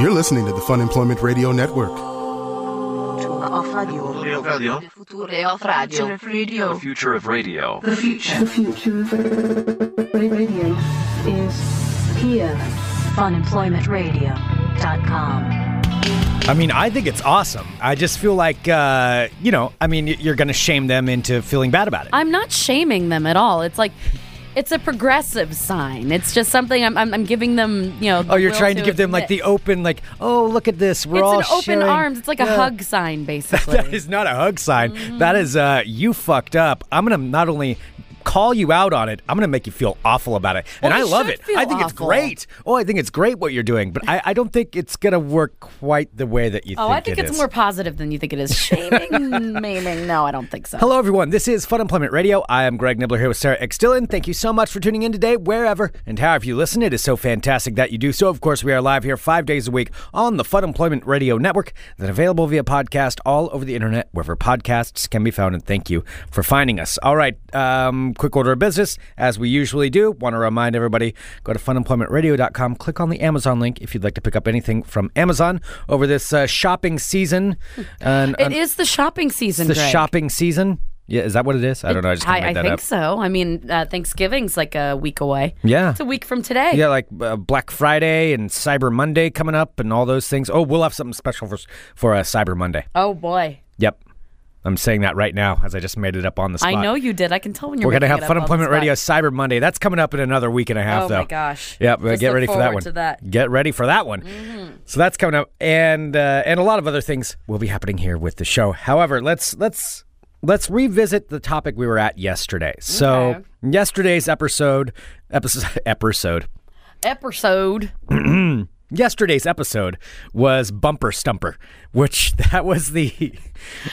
You're listening to the Fun Employment Radio Network. Future of Radio. Radio. The Future of Radio. The future of radio. The future of radio is here. Funemploymentradio.com. I mean, I think it's awesome. I just feel like, uh, you know, I mean, y- you're going to shame them into feeling bad about it. I'm not shaming them at all. It's like it's a progressive sign. It's just something I'm, I'm, I'm giving them. You know. the oh, you're will trying to to give them like admit. the open, like, oh, look at this. We're It's all an open sharing." arms. It's like a Yeah. hug Mm-hmm. sign, basically. That is not a hug sign. That is, uh, you fucked up. I'm going to not only call you out on it, I'm going to make you feel awful about it. and I Well, you love should it. feel I think it's awful. great. Oh, I think it's great what you're doing, but I, I don't think it's going to work quite the way that you Oh, think I think it it's is. more positive than you think it is. Shaming, meaning, no, I don't think so. Hello, everyone. This is Fun Employment Radio. I am Greg Nibbler here with Sarah X. Dillon. Thank you so much for tuning in today, wherever and however you listen. It is so fantastic that you do so. Of course, we are live here five days a week on the Fun Employment Radio Network, then available via podcast all over the internet, wherever podcasts can be found. And thank you for finding us. All right, um, quick order of business, as we usually do. Want to remind everybody go to funemploymentradio.com, click on the Amazon link if you'd like to pick up anything from Amazon over this uh, shopping season. And, It is the shopping season. the Greg. shopping season. Yeah, is that what it is? I don't know. I just kinda I, I made that think up. so. I mean, uh, Thanksgiving's like a week away. Yeah. It's a week from today. Yeah, like uh, Black Friday and Cyber Monday coming up, and all those things. Oh, we'll have something special for for uh, Cyber Monday. Oh, boy. Yep, I'm saying that right now as I just made it up on the spot. I know you did. I can tell when you're We're gonna have making it up Fun on the Employment spot. Radio Cyber Monday. That's coming up in another week and a half, Oh, though. my gosh. Yep, uh, Just get look ready for that forward one. to that. Mm-hmm. Get ready for that one. So that's coming up, and uh, and a lot of other things will be happening here with the show. However, let's let's let's revisit the topic we were at yesterday. So yesterday's episode episode episode Episode. yesterday's episode was bumper stumper, which that was the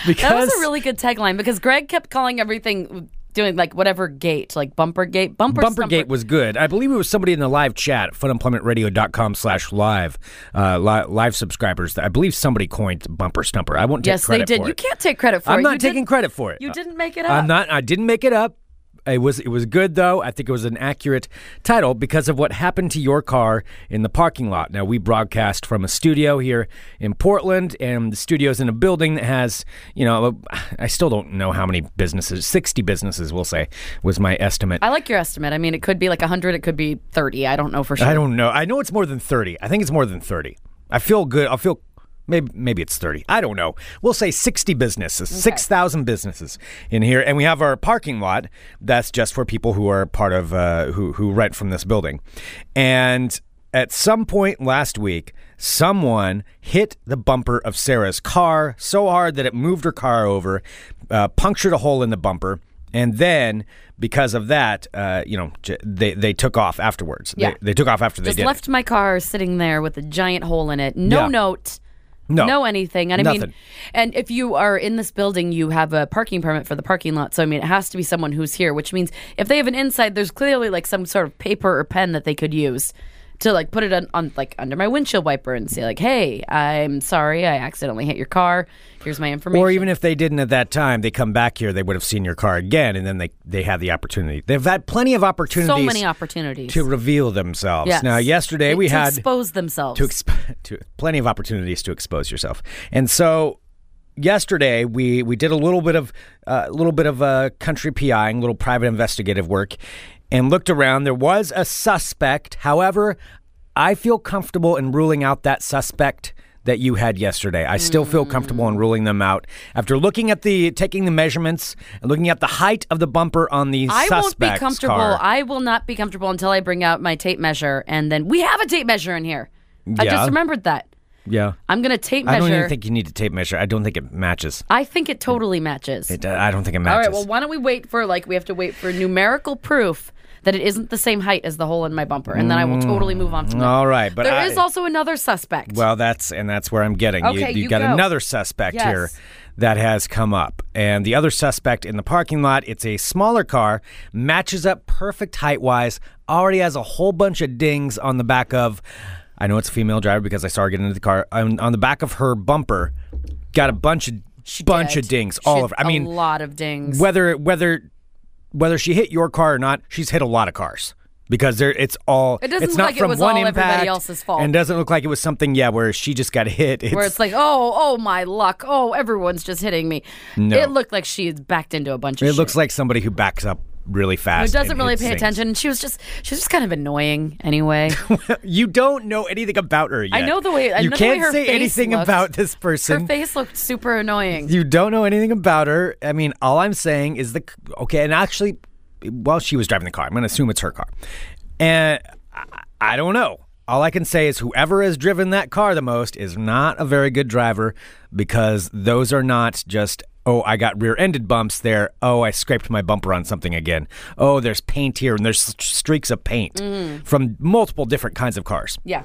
because That was a really good tagline because Greg kept calling everything doing like whatever gate, like bumper gate, bumper Bumpergate stumper. was good. I believe it was somebody in the live chat, funemploymentradio.com slash live, uh, li- live subscribers. I believe somebody coined Bumper Stumper. I won't take Yes, they credit did. for You it. can't take credit for it. I'm not You taking didn't- credit for it. Uh, You didn't make it up. I'm not. I didn't make it up. It was it was good though. I think it was an accurate title because of what happened to your car in the parking lot. Now we broadcast from a studio here in Portland, and the studio's in a building that has you know I still don't know how many businesses. Sixty businesses, we'll say, was my estimate. I like your estimate. I mean, it could be like 100, it could be 30. I don't know for sure. I don't know. I know it's more than 30. I think it's more than 30. I feel good. I feel maybe maybe it's 30. I don't know. We'll say 60 businesses, 6,000 businesses in here and we have our parking lot that's just for people who are part of uh, who who rent from this building. And at some point last week, someone hit the bumper of Sarah's car so hard that it moved her car over, uh, punctured a hole in the bumper. And then, because of that, uh, you know, j- they they took off afterwards. Yeah. They, they took off after they Just did. it. left my car sitting there with a giant hole in it. No Yeah. note. No. anything. And I Nothing. mean, and if you are in this building, you have a parking permit for the parking lot. So, I mean, it has to be someone who's here, which means if they have an inside, there's clearly like some sort of paper or pen that they could use to like put it on, on like under my windshield wiper and say, like, hey, I'm sorry, I accidentally hit your car. Here's my information. Or even if they didn't at that time, they come back here, they would have seen your car again, and then they they had the opportunity. They've had plenty of opportunities. so many opportunities. to reveal themselves. Yes. Now, yesterday we to had expose themselves. to, exp- to plenty of opportunities to expose yourself, and so yesterday we we did a little bit of a little bit of uh, country PIing, little private investigative work, and looked around. There was a suspect, however, I feel comfortable in ruling out that suspect. That you had yesterday. I still feel comfortable in ruling them out. After looking at the, taking the measurements and looking at the height of the bumper on the I won't be suspect's comfortable. car. I will not be comfortable until I bring out my tape measure, and then we have a tape measure in here. I Yeah. just remembered that. yeah. I'm gonna tape I measure. don't even think you need to tape measure. I don't think it matches. I think it totally matches. It, I don't think it All matches. right. Well, why don't we wait for like we have to wait for numerical proof that it isn't the same height as the hole in my bumper, and then I will totally move on from there. All right, but there I- is also another suspect. Mm. Oh, Well, that's and that's where I'm getting. Okay, you, you got go. another suspect Yes. here that has come up, and the other suspect in the parking lot. It's a smaller car, matches up perfect height wise. Already has a whole bunch of dings on the back of. I know it's a female driver because I saw her get into the car on, on the back of her bumper. Got a bunch of bunch did. of dings She all had over. I mean, a lot of dings. whether whether whether she hit your car or not, she's hit a lot of cars. because there it's all It doesn't it's look not like it from was one all everybody impact else's fault. and doesn't look like it was something yeah where she just got hit. It's, where it's like, oh, oh my luck, oh everyone's just hitting me. It looked like she had backed into a bunch of. it shit. looks like somebody who backs up really Who fast. doesn't and really hits pay things. attention. She was just, she was just kind of annoying anyway. You don't know anything about her yet. I know the way. I you know the way can't her say face anything looked. about this person. Her face looked super annoying. You don't know anything about her. I mean, all I'm saying is the okay. And actually, while she was driving the car, I'm going to assume it's her car. And I, I don't know. All I can say is whoever has driven that car the most is not a very good driver because those are not just oh I got rear-ended bumps there. Oh, I scraped my bumper on something again. Oh, there's paint here and there's streaks of paint Mm. from multiple different kinds of cars. Yeah,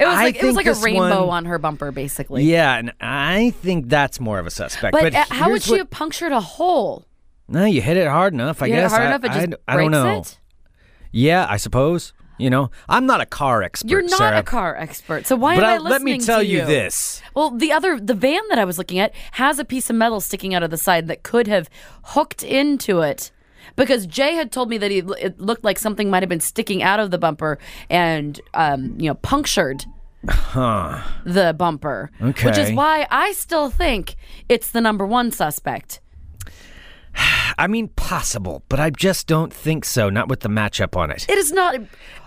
it was I like it was think like a this rainbow one- on her bumper, basically. Yeah, and I think that's more of a suspect. But, uh, how would here's she what- have punctured a hole? No, you hit it hard enough. I You hit it guess hard I, enough, it I just d- I don't breaks know. it? Yeah, I suppose. You know, I'm not a car expert. You're not Sarah, a car expert, so why but am I I- listening let me tell to you this. Well, the other the van that I was looking at has a piece of metal sticking out of the side that could have hooked into it. Because Jay had told me that he, it looked like something might have been sticking out of the bumper and um, you know punctured the bumper, which is Okay. why I still think it's the number one suspect. I mean, possible, but I just don't think so. Not with the matchup on it. It is not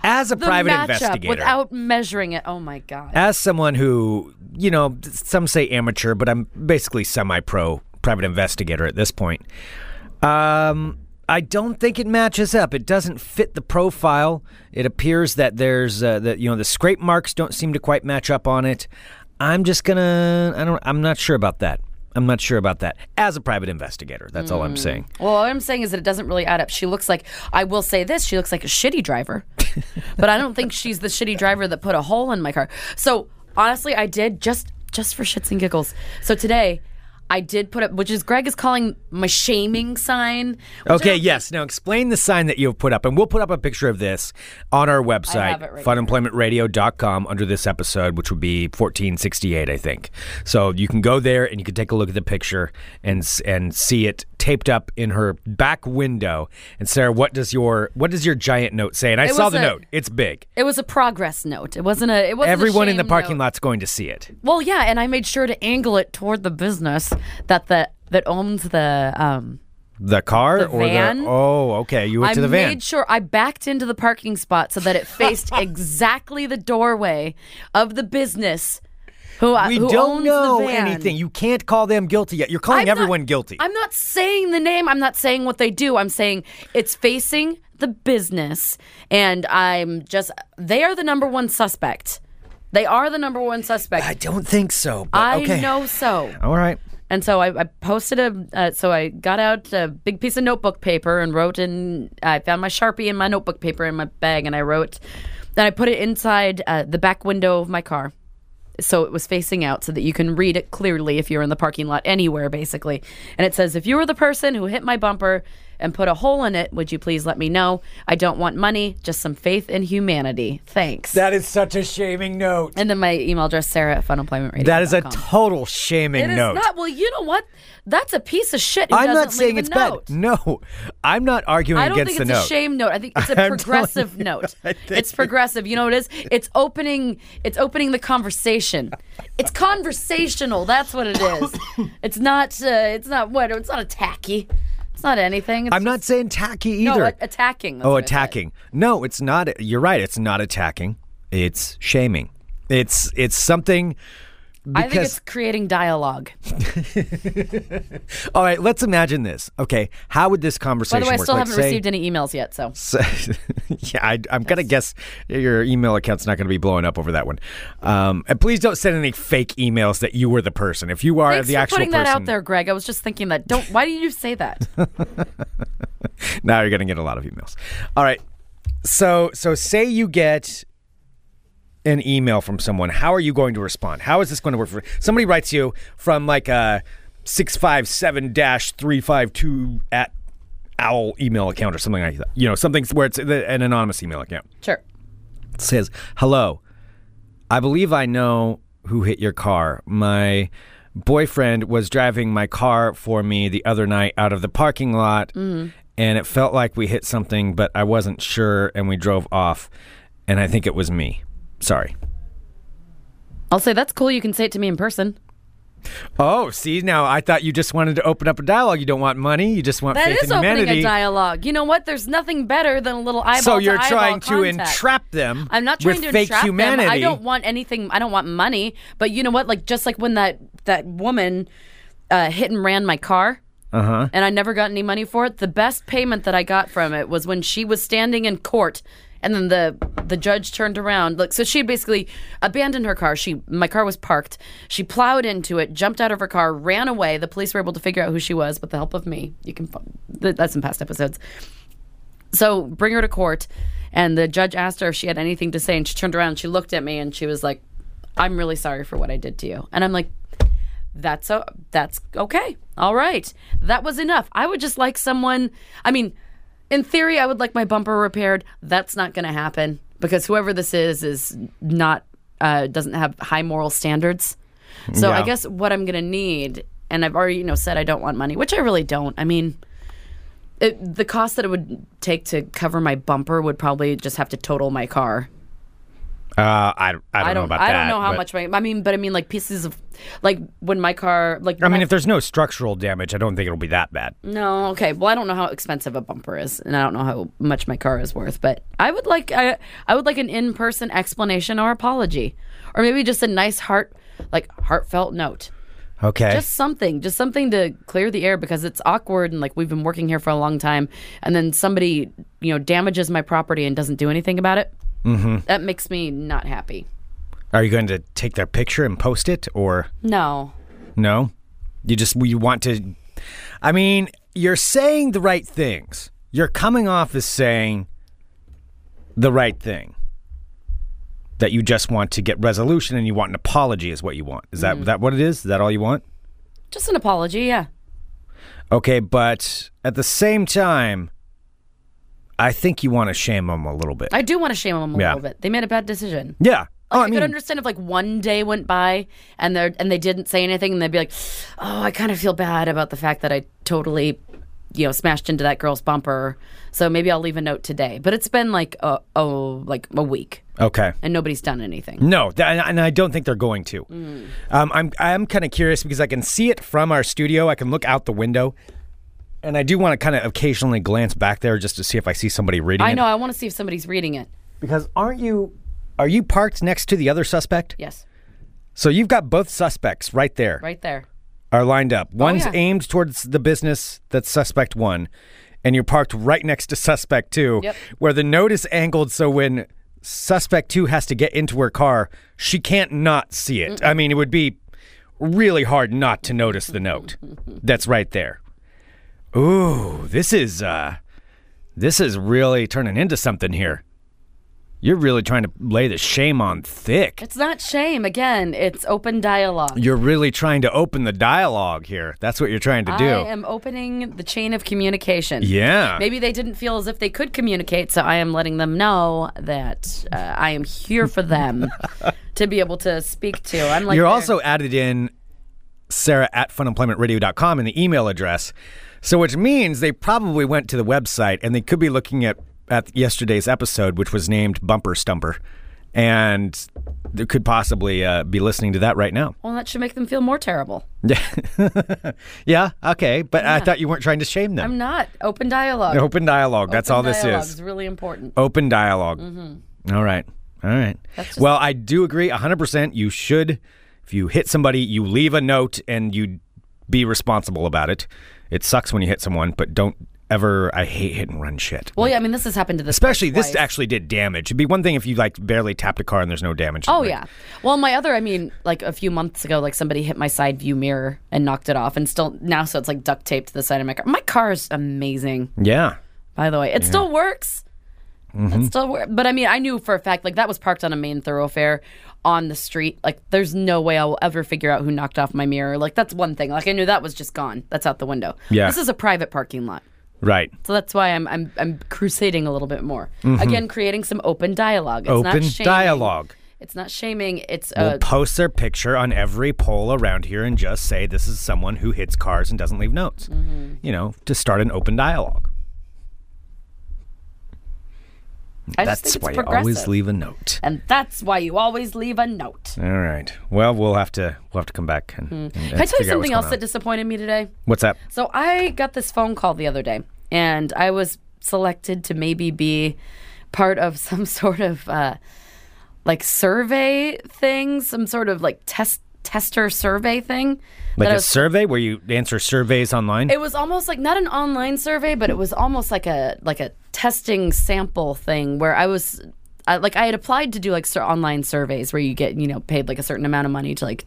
As a the private matchup investigator, without measuring it. Oh my god! as someone who, you know, some say amateur, but I'm basically semi-pro private investigator at this point. Um, I don't think it matches up. It doesn't fit the profile. It appears that there's uh, that you know the scrape marks don't seem to quite match up on it. I'm just gonna. I don't. I'm not sure about that. I'm not sure about that. As a private investigator, that's all I'm saying. Well, what I'm saying is that it doesn't really add up. She looks like I will say this: she looks like a shitty driver, but I don't think she's the shitty driver that put a hole in my car. So honestly, I did just just for shits and giggles. So today, I did put up, which is Greg is calling my shaming sign. which I Okay, don't- yes. Now explain the sign that you have put up, and we'll put up a picture of this on our website, have it right funemploymentradio.com, under this episode, which would be 1468, I think. So you can go there and you can take a look at the picture and s- and see it taped up in her back window. And Sarah, what does your what does your giant note say? And I It saw was the a- note. It's big. It was a progress note. It wasn't a. It wasn't a Everyone in the shame parking note. lot's going to see it. Well, yeah, and I made sure to angle it toward the business that the that owns the um The car The or van? the Oh, okay. You went I to the van. made sure I backed into the parking spot so that it faced exactly the doorway of the business who I, we uh, who don't owns know the van. anything. You can't call them guilty yet. You're calling I'm not- everyone guilty. I'm not saying the name. I'm not saying what they do. I'm saying it's facing the business, and I'm just they are the number one suspect. They are the number one suspect. I don't think so. But I okay. know so. All right. And so I, I posted a, uh, so I got out a big piece of notebook paper and wrote in, I found my Sharpie and my notebook paper in my bag and I wrote, then I put it inside uh, the back window of my car. So it was facing out so that you can read it clearly if you're in the parking lot anywhere, basically. And it says, if you were the person who hit my bumper and put a hole in it, would you please let me know? I don't want money, just some faith in humanity. Thanks. That is such a shaming note. and then my email address, Sarah at funemploymentradio.com. That is a total shaming It is note. not. Well, you know what? That's a piece of shit. Who I'm doesn't not saying leave it's a note. bad. No, I'm not arguing I don't against think it's the a note. shame note. I think it's a telling progressive you, note. I think- It's progressive. You know what it is? It's opening. It's opening the conversation. It's conversational. That's what it is. it's not. Uh, it's not what. It's not a tacky. It's not anything. It's I'm not just- saying tacky No, either. a- attacking. that's oh, what I said. attacking. No, it's not. You're right. It's not attacking. It's shaming. It's it's something. I think because- it's creating dialogue. All right, let's imagine this. Okay, how would this By conversation the way, I work? still Like, haven't say- received any emails yet. So So, yeah, I, I'm gonna guess your email account's not gonna be blowing up over that one. Um, and please don't send any fake emails that you were the person. If you are thanks the for actual putting person, that out there, Greg. I was just thinking that. Don't. Why do you say that? now you're gonna get a lot of emails. All right, so so say you get an email from someone. How are you going to respond? How is this going to work? For somebody writes you from like a six five seven dash three five two at owl email account or something like that. You know, something where it's an anonymous email account. Sure. says, Hello, I believe I know who hit your car. My Mm. boyfriend was driving my car for me the other night out of the parking lot, and it felt like we hit something, but I wasn't sure, and we drove off, and I think it was me. Sorry. I'll say that's cool. You can say it to me in person. Oh, see, now I thought you just wanted to open up a dialogue. You don't want money. You just want That faith is in opening humanity. a dialogue. You know what? There's nothing better than a little eyeball. so you're to trying to contact. entrap them. I'm not trying with to fake entrap humanity. them. I don't want anything. I don't want money. But you know what? Like just like when that that woman uh, hit and ran my car. Uh-huh. And I never got any money for it. The best payment that I got from it was when she was standing in court and then the the judge turned around. Like so she had basically abandoned her car. She my car was parked. She plowed into it, jumped out of her car, ran away. The police were able to figure out who she was with the help of me. You can fi- th- that's in past episodes. So bring her to court. And the judge asked her if she had anything to say. And she turned around, she looked at me, and she was like, I'm really sorry for what I did to you. And I'm like, that's o that's okay. All right. That was enough. I would just like someone, I mean, in theory, I would like my bumper repaired. That's not going to happen because whoever this is is not, uh, doesn't have high moral standards. So I Yeah. guess what I'm going to need, and I've already, you know, said I don't want money, which I really don't. I mean, it, the cost that it would take to cover my bumper would probably just have to total my car. Uh, I, I don't I know don't. about I that. don't know how but- much my. I mean, but I mean, like pieces of, like when my car, like. I when mean, if there's no structural damage, I don't think it'll be that bad. No, okay. Well, I don't know how expensive a bumper is, and I don't know how much my car is worth. But I would like, I, I would like an in-person explanation or apology, or maybe just a nice heart, like heartfelt note. Okay. Just something, just something to clear the air because it's awkward and like we've been working here for a long time, and then somebody you know damages my property and doesn't do anything about it. Mm-hmm. That makes me not happy. Are you going to take their picture and post it, or No, no? You just you want to? I mean, you're saying the right things. You're coming off as saying the right thing. That you just want to get resolution and you want an apology is what you want. Is Mm-hmm. that that what it is? Is that all you want? just an apology. Yeah. Okay, but at the same time, I think you want to shame them a little bit. I do want to shame them a Yeah. little bit. They made a bad decision. yeah. Like, oh, I, could understand if like one day went by and they and they didn't say anything and they'd be like, "Oh, I kind of feel bad about the fact that I totally, you know, smashed into that girl's bumper. So maybe I'll leave a note today." But it's been like uh, oh, like a week okay. and nobody's done anything. No, th- and and I don't think they're going to. Mm. Um, I'm I'm kind of curious because I can see it from our studio. I can look out the window, and I do want to kind of occasionally glance back there just to see if I see somebody reading. I it. know. I want to see if somebody's reading it. because aren't you are you parked next to the other suspect? Yes, So you've got both suspects right there right there. are lined up. One's Oh, yeah. aimed towards the business that's suspect one, and you're parked right next to suspect two, Yep. where the note is angled so when suspect two has to get into her car, she can't not see it. I mean, it would be really hard not to notice the note that's right there. Ooh, this is uh this is really turning into something here. You're really trying to lay the shame on thick. It's not shame. Again, it's open dialogue. You're really trying to open the dialogue here. That's what you're trying to do. I am opening the chain of communication. Yeah. Maybe they didn't feel as if they could communicate, so I am letting them know that uh, I am here for them to be able to speak to. I'm like You're their- also added in Sarah at funemploymentradio.com in the email address. So, which means they probably went to the website and they could be looking at, at yesterday's episode, which was named Bumper Stumper. And they could possibly uh, be listening to that right now. Well, that should make them feel more terrible. Yeah. yeah. Okay. But I thought you weren't trying to shame them. I'm not open dialogue. Open dialogue. That's Open all this dialogue is. really important. open dialog Mm-hmm. right. All right. well, I do agree 100%. You should, if you hit somebody, you leave a note and you be responsible about it. It sucks when you hit someone, but don't ever. I hate hit and run shit. Well, yeah. I mean, this has happened to this. Especially, place this twice. actually did damage. It'd be one thing if you like barely tapped a car and there's no damage. Oh Like, yeah. Well, my other, I mean, like a few months ago, like somebody hit my side view mirror and knocked it off, and still now, so it's like duct taped to the side of my car. My car is amazing. Yeah. Mm-hmm. by the way. It still works. It still works. But I mean, I knew for a fact, like, that was parked on a main thoroughfare on the street. Like, there's no way I will ever figure out who knocked off my mirror. Like, that's one thing. Like, I knew that was just gone. That's out the window. Yeah. This is a private parking lot. Right. So that's why I'm I'm, I'm crusading a little bit more. Again, creating some open dialogue. It's Mm-hmm. Open not shaming. dialogue. It's not shaming. It's We'll uh, post their picture on every poll around here and Mm-hmm. just say this is someone who hits cars and doesn't leave notes. You know, to start an open dialogue. I just That's think it's why you always progressive. leave a note. And that's why you always leave a note. All right. Well, we'll have to we'll have to come back and, and- and Hmm. Can figure I tell you out what's something going else on. that disappointed me today? What's that? So I got this phone call the other day, and I was selected to maybe be part of some sort of uh, like survey thing, some sort of like test tester survey thing. Like that I a was- survey where you answer surveys online? it was almost like not an online survey, but it was almost like a like a testing sample thing where I was. I, like I had applied to do like sur- online surveys where you get you know paid like a certain amount of money to like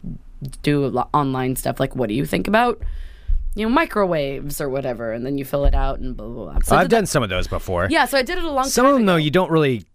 do lo- online stuff like what do you think about you know microwaves or whatever and then you fill it out and blah blah blah. So I I've did that- done some of those before. yeah, so I did it a long Some time of them, ago. though, you don't really.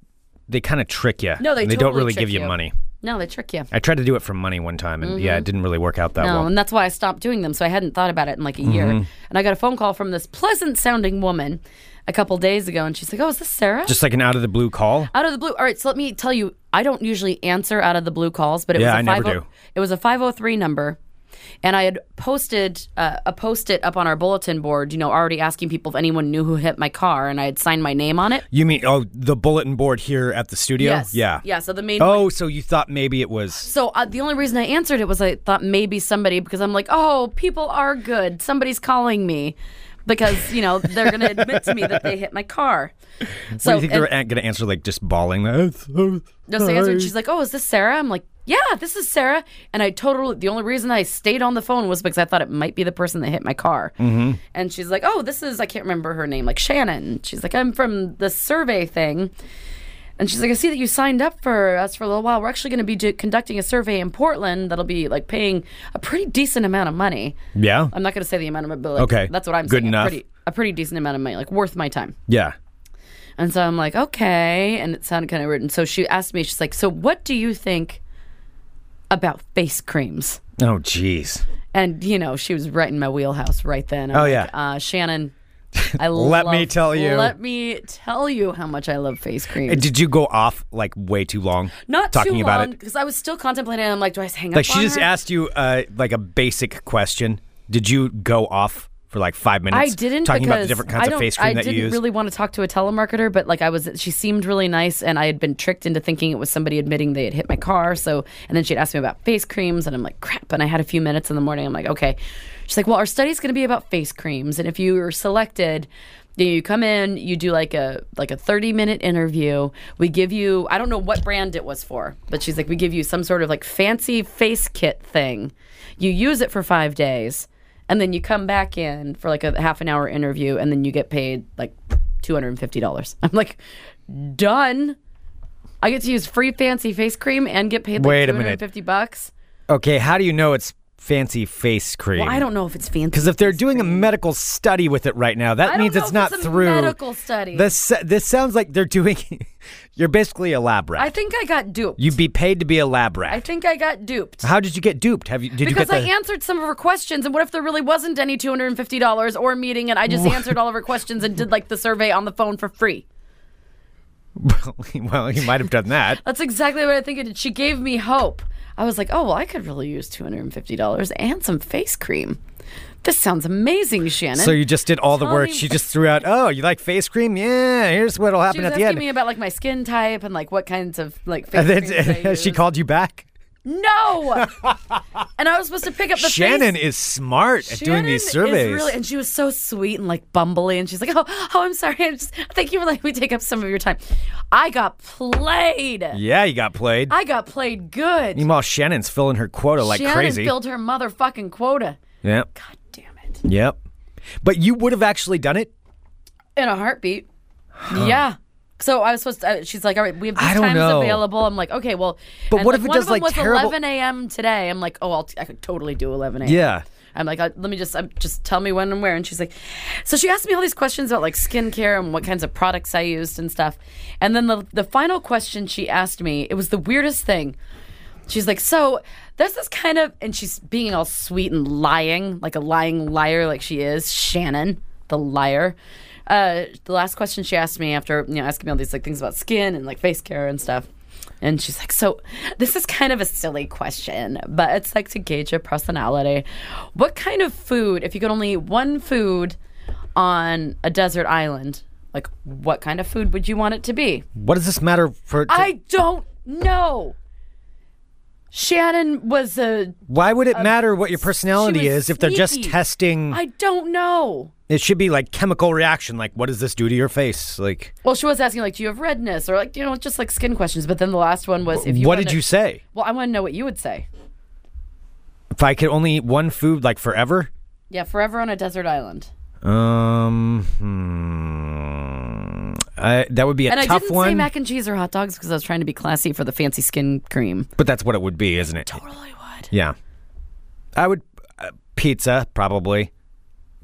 They kind of trick you. No, they they don't totally really trick give you, you. money. No, they trick you. I tried to do it for money one time, and yeah, it didn't really work out that No, well. and that's why I stopped doing them. So I hadn't thought about it in like a year. Mm-hmm. And I got a phone call from this pleasant sounding woman a couple days ago, and she's like, "Oh, is this Sarah?" Just like an out of the blue call. out of the blue. All right, so let me tell you, I don't usually answer out of the blue calls, but it Yeah, was a I never 50 do. It was a five hundred three number, and I had posted uh, a post it up on our bulletin board. You know, already asking people if anyone knew who hit my car, and I had signed my name on it. You mean oh the bulletin board here at the studio? Yes. Yeah. Yeah. So the main. Oh, so you thought maybe it was So uh, the only reason I answered it was I thought maybe somebody because I'm like, oh, people are good. Somebody's calling me because you know they're going to admit to me that they hit my car. So Do you think and- they were going to answer like just bawling? No, No, so I answered. She's like, "Oh, is this Sarah?" I'm like, "Yeah, this is Sarah." And I totally. The only reason I stayed on the phone was because I thought it might be the person that hit my car. Mm-hmm. And she's like, "Oh, this is I can't remember her name, like Shannon." She's like, "I'm from the survey thing." And she's like, I see that you signed up for us for a little while. We're actually going to be do- conducting a survey in Portland that'll be like paying a pretty decent amount of money. Yeah. I'm not going to say the amount of money, but like, Okay. that's what I'm Good saying. enough. A pretty, a pretty decent amount of money, like worth my time. yeah. And so I'm like, okay. And it sounded kind of rude. And so she asked me, she's like, so what do you think about face creams? Oh, jeez. And, you know, she was right in my wheelhouse right then. I'm Oh, like, yeah. Uh, Shannon, I Let me love- tell you. Let me tell you how much I love face Uh, creams. Did you go off like way too long? Not talking too about long, it. because I was still contemplating. I'm like, do I hang up Like she on just her? asked you uh, like a basic question. Did you go off for like five I minutes? didn't talking because about the different kinds I of don't- face cream I that didn't you use. really want to talk to a telemarketer, but like I was, she seemed really nice, and I had been tricked into thinking it was somebody admitting they had hit my car. So, and then she'd asked me about face creams, and I'm like, crap. And I had a few minutes in the morning. I'm like, okay. She's like, well, our study's going to be about face creams, and if you are selected. then You come in, you do like a like a thirty minute interview. We give you I don't know what brand it was for, but she's like, we give you some sort of like fancy face kit thing. You use it for five days, and then you come back in for like a half an hour interview and then you get paid like $250 i'm like done i get to use free fancy face cream and get paid like Wait a minute. 250 bucks okay, how do you know it's fancy face cream? well i don't know if it's fancy Because if they're doing a medical study with it right now, that I don't means know it's if not it's a through medical study. This this sounds like they're doing. you're basically a lab rat. i think i got duped You'd be paid to be a lab rat. i think i got duped How did you get duped? Have you did you because get the? I answered some of her questions, and what if there really wasn't any two hundred and fifty dollars or a meeting, and I just answered all of her questions and did like the survey on the phone for free? well, you might have done that. That's exactly what I think it did. She gave me hope. I was like, oh, well, I could really use $250 and some face cream. This sounds amazing, Shannon. So you just did all the Tell work. me- She just threw out, "Oh, you like face cream? Yeah, here's what'll she happen was at the asking end." me about like my skin type and like what kinds of like face and creams I then she use. called you back. No, and I was supposed to pick up the Shannon face. is smart at doing these Shannon is surveys. really- and she was so sweet and like bumbly, and she's like, "Oh, oh, I'm sorry. I'm just thank you for letting me take up some of your time." I got played. yeah, you got played. I got played good. Meanwhile, Shannon's filling her quota like Shannon crazy. filled her motherfucking quota. yep, God damn it. yep. But you would have actually done it. In a heartbeat. Yeah. So I was supposed to. I, she's like, "All right, we have these I don't times know. available." I'm like, "Okay, well." But and, what if it one does, of them like, was terrible- 11 a.m. today? I'm like, "Oh, I'll t- I could totally do 11 a.m." Yeah. I'm like, I, "Let me just i just tell me when and where." And she's like, "So she asked me all these questions about like skincare and what kinds of products I used and stuff." And then the the final question she asked me, it was the weirdest thing. She's like, so there's this kind of, and she's being all sweet and lying, like a lying liar, like she is Shannon, the liar. Uh, the last question she asked me after, you know, asking me all these like things about skin and like face care and stuff. And she's like, so this is kind of a silly question, but it's like to gauge your personality. What kind of food, if you could only eat one food on a desert island, Like, what kind of food would you want it to be? What does this matter for? to- I don't know. Shannon was a. why would it matter what your personality um, she was is if they're just sneaky. testing? I don't know. it should be like chemical reaction. Like, what does this do to your face? Like, Well, she was asking like, do you have redness or like you know just like skin questions. But then the last one was if you. what wanna- did you say? Well, I want to know what you would say. If I could only eat one food like forever, Yeah, forever on a desert island. um, hmm, I, that would be a And I tough didn't one. say mac and cheese or hot dogs because I was trying to be classy for the fancy skin cream. but that's what it would be, isn't it? Really would. Yeah, I would uh, pizza probably.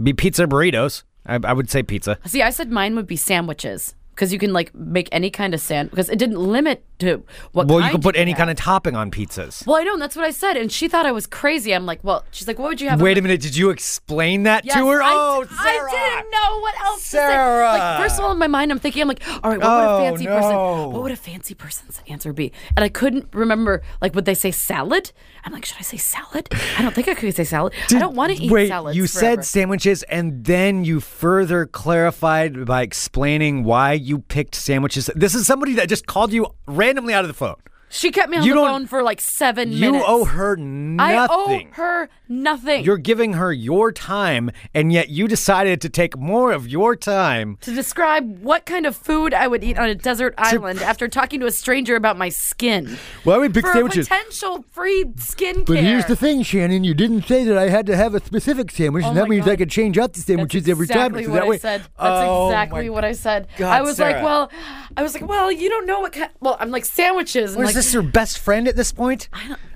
Be pizza burritos. I, I would say pizza. See, I said mine would be sandwiches because you can like make any kind of sand because it didn't limit to what. Well, you kind can put any had. kind of topping on pizzas. Well, I know and that's what I said, and she thought I was crazy. I'm like, well, she's like, what would you have? Wait a I'm like, minute, did you explain that yes, to her? I, oh, I Sarah. didn't know what else. To say. Sarah. Like, first of all, in my mind, I'm thinking, I'm like, all right, what Oh, would a fancy person? no. What would a fancy person's answer be? And I couldn't remember. Like, would they say salad? I'm like, should I say salad? I don't think I could say salad. I don't want to eat Wait, salads. you forever. said sandwiches, and then you further clarified by explaining why you picked sandwiches. This is somebody that just called you randomly out of the phone. she kept me on You the don't- phone for like seven You minutes. owe her nothing. I owe her nothing. You're giving her your time, and yet you decided to take more of your time. to describe what kind of food I would eat on a desert island after talking to a stranger about my skin. Why we pick for sandwiches? potential free skincare. But here's the thing, Shannon. You didn't say that I had to have a specific sandwich, and Oh that my means I God. could change out the That's sandwiches every time. exactly so what that I way- said. That's Oh my exactly what I said. God, I was Sarah. like, well, I was like, well, you don't know what kind. Well, I'm like sandwiches. I'm Was like, this your best friend at this point?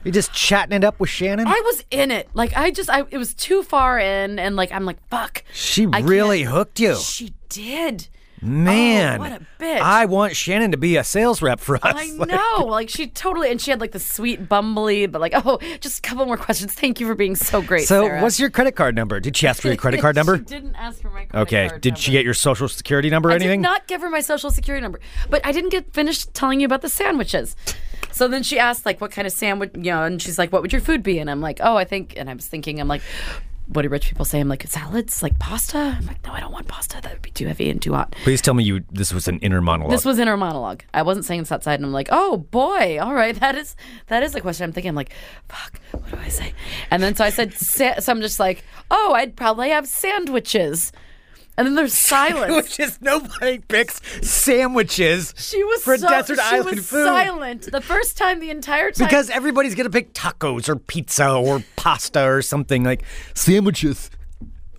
You're just chatting it up with Shannon? I was in it. Like I just, I it was too far in, and like I'm like, fuck. she I can't- really hooked you. She did. Man, Oh, what a bitch. I want Shannon to be a sales rep for us. I know. Like she totally, and she had like the sweet bumbly, but like, oh, just a couple more questions. Thank you for being so great. So, Sarah. what's your credit card number? Did she ask for your credit card number? She didn't ask for my credit Okay. card Did she number. get your social security number or I anything? did not give her my social security number, but I didn't get finished telling you about the sandwiches. So then she asked, like, what kind of sandwich, you know, and she's like, what would your food be? And I'm like, oh, I think, and I was thinking, I'm like, what do rich people say? I'm like, salads, like pasta? I'm like, no, I don't want pasta. That would be too heavy and too hot. Please tell me you this was an inner monologue. This was in her monologue. I wasn't saying this outside, and I'm like, oh boy, all right, that is that is the question. I'm thinking, I'm like, fuck, what do I say? And then so I said, sa- so I'm just like, oh, I'd probably have sandwiches. And then there's silence. Which is nobody picks sandwiches. She was for so, desert she island was food. silent the first time, the entire time. Because everybody's gonna pick tacos or pizza or pasta or something like Sandwiches.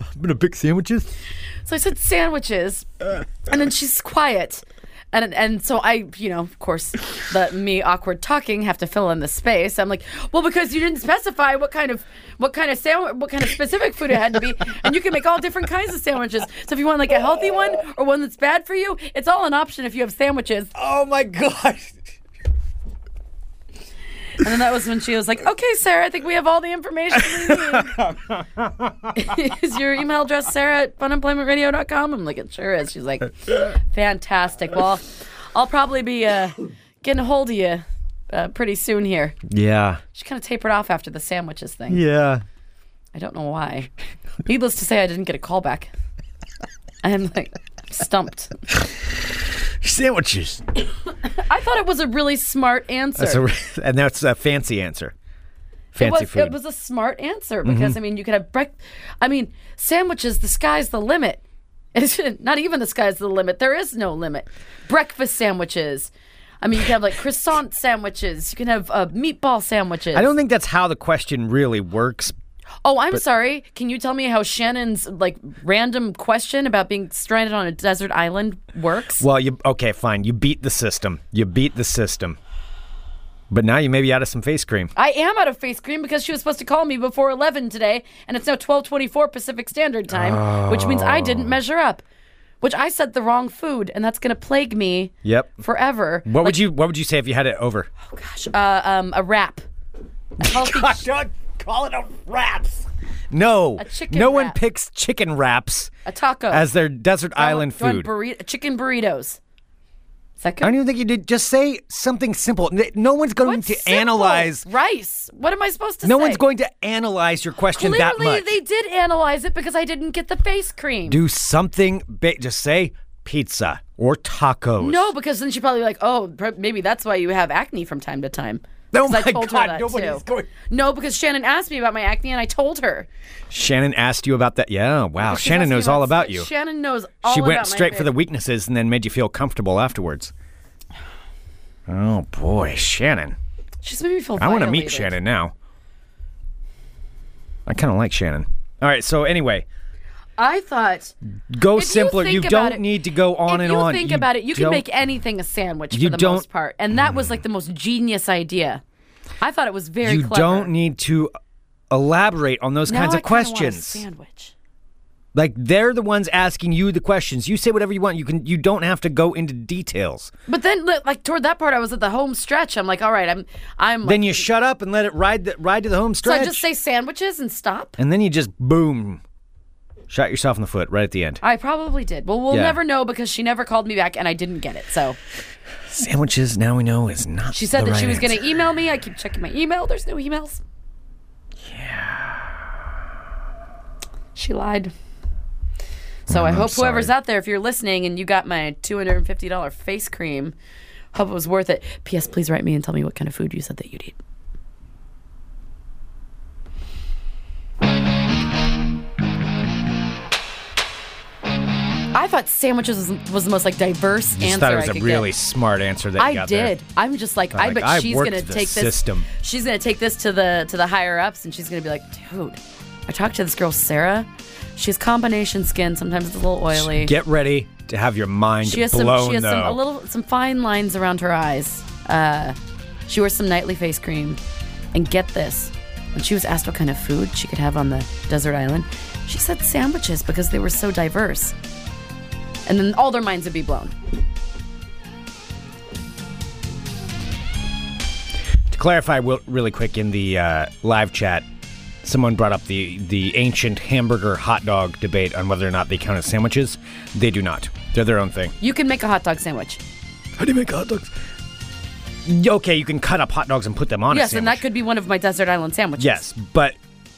I'm gonna pick sandwiches. so I said sandwiches, and then she's quiet, and and so I, you know, of course, the me awkward talking have to fill in the space. I'm like, well, because you didn't specify what kind of what kind of sandwich, what kind of specific food it had to be, and you can make all different kinds of sandwiches. So if you want like a healthy one or one that's bad for you, it's all an option if you have sandwiches. Oh my god. And then that was when she was like, "Okay, Sarah, I think we have all the information we need." is your email address Sarah at funemploymentradio.com? I'm like, "It sure is." She's like, "Fantastic. Well, I'll probably be uh, getting a hold of you uh, pretty soon here." Yeah. She kind of tapered off after the sandwiches thing. Yeah. I don't know why. Needless to say, I didn't get a call back. I'm like stumped. Sandwiches. I thought it was a really smart answer. That's a, and that's a fancy answer. Fancy it was, food. Mm-hmm. It was a smart answer because I mean, you could have brec- I mean, sandwiches. The sky's the limit. It's not even the sky's the limit. There is no limit. Breakfast sandwiches. I mean, you can have like croissant sandwiches. You can have uh, meatball sandwiches. I don't think that's how the question really works. Oh, I'm sorry. Can you tell me how Shannon's like random question about being stranded on a desert island works? Well, you okay, fine. You beat the system. You beat the system. But now you may be out of some face cream. I am out of face cream because she was supposed to call me before 11 today, and it's now 12:24 Pacific Standard Time, which means I didn't Oh. measure up, which I said the wrong food, and that's gonna plague me Yep. forever. What would you What would you say if you had it over? Uh, um, a wrap. A healthy. don't call it a wraps. No, A chicken no one wrap. picks chicken wraps A taco. as their desert Do I island want- do I food. want burrito, chicken burritos. Is that I good? don't even think you did. Just say something simple. N- No one's going What's to simple? analyze. rice. What am I supposed to No say? one's going to analyze your question Clearly, that much. they did analyze it because I didn't get the face cream. Do something. Ba- just say pizza or tacos. No, because then she'd probably be like, oh, pr- maybe that's why you have acne from time to time. Oh 'Cause I my told her God, that, nobody's too. going- No, because Shannon asked me about my acne and I told her. Shannon asked you about that. Yeah, wow. She Oh, Shannon asked me knows all about you. Shannon knows all she about went my straight for the face. weaknesses and then made you feel comfortable afterwards. Oh boy, Shannon. She's made me feel I want to meet violated. Shannon now. I kind of like Shannon. All right, so anyway, I thought. go If you simpler. You, think about don't it- need to go on if and you on. think about it, you can don't- make anything a sandwich You for the don't- most part. And that was like the most genius idea. I thought it was very You clever. don't need to elaborate on those Now kinds I of kinda want a questions. sandwich. Like they're the ones asking you the questions. You say whatever you want. You can. You don't have to go into details. But then, li- like toward that part, I was at the home stretch. I'm like, all right, I'm, I'm. Then you shut up and let it ride the, ride to the home so stretch. I just say sandwiches and stop. and then you just boom, shot yourself in the foot right at the end. I probably did. Well, we'll Yeah. never know because she never called me back, and I didn't get it. So Sandwiches. Now we know is not. she said the that she right was going answer. to email me. I keep checking my email. There's no emails. Yeah. She lied. So I hope whoever's sorry. out there, if you're listening and you got my two hundred and fifty dollar face cream, hope it was worth it. P.S. Please write me and tell me what kind of food you said that you'd eat. I thought sandwiches was, was the most like diverse You answer just thought it I was a could really get. smart answer that you I got did. there. I'm just like, I'm I like, bet I she's worked gonna the take system. this. She's gonna take this to the to the higher ups, and she's gonna be like, dude, I talked to this girl Sarah. She has combination skin. Sometimes it's a little oily. Get ready to have your mind she has some. blown She has though. some a little some fine lines around her eyes. Uh, she wears some nightly face cream, and get this. When she was asked what kind of food she could have on the desert island, she said sandwiches because they were so diverse. And then all their minds would be blown. To clarify will- really quick in the uh, live chat, someone brought up the, the ancient hamburger hot dog debate on whether or not they count as sandwiches. They do not. They're their own thing. You can make a hot dog sandwich. How do you make hot dogs? Okay, you can cut up hot dogs and put them on a Yes, sandwich. and that could be one of my desert island sandwiches. Yes, but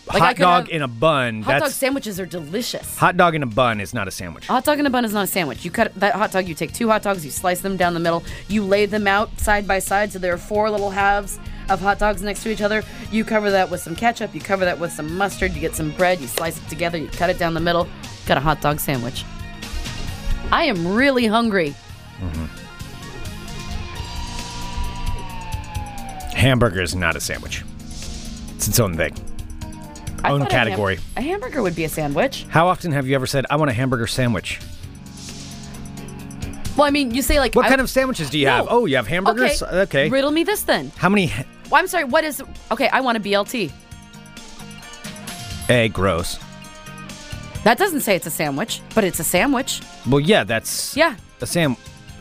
Like, I hot could dog have- in a bun, Hot dog that's... sandwiches are delicious. hot dog in a bun is not a sandwich. Hot dog in a bun is not a sandwich. You cut that hot dog, you take two hot dogs, you slice them down the middle, you lay them out side by side so there are four little halves of hot dogs next to each other. You cover that with some ketchup, you cover that with some mustard, you get some bread, you slice it together, you cut it down the middle. Got a hot dog sandwich. I am really hungry. Hamburger is not a sandwich. It's its own thing. I Own thought a ham- category. A, hamburger would be a sandwich. How often have you ever said, I want a hamburger sandwich? Well, I mean, you say like What I- kind of sandwiches do you have? No. Oh, you have hamburgers? Okay. Okay. Riddle me this then. How many? Well, I'm sorry. What is? Okay, I want a BLT. A, gross. That doesn't say it's a sandwich, but it's a sandwich. Well, yeah, that's Yeah. a sam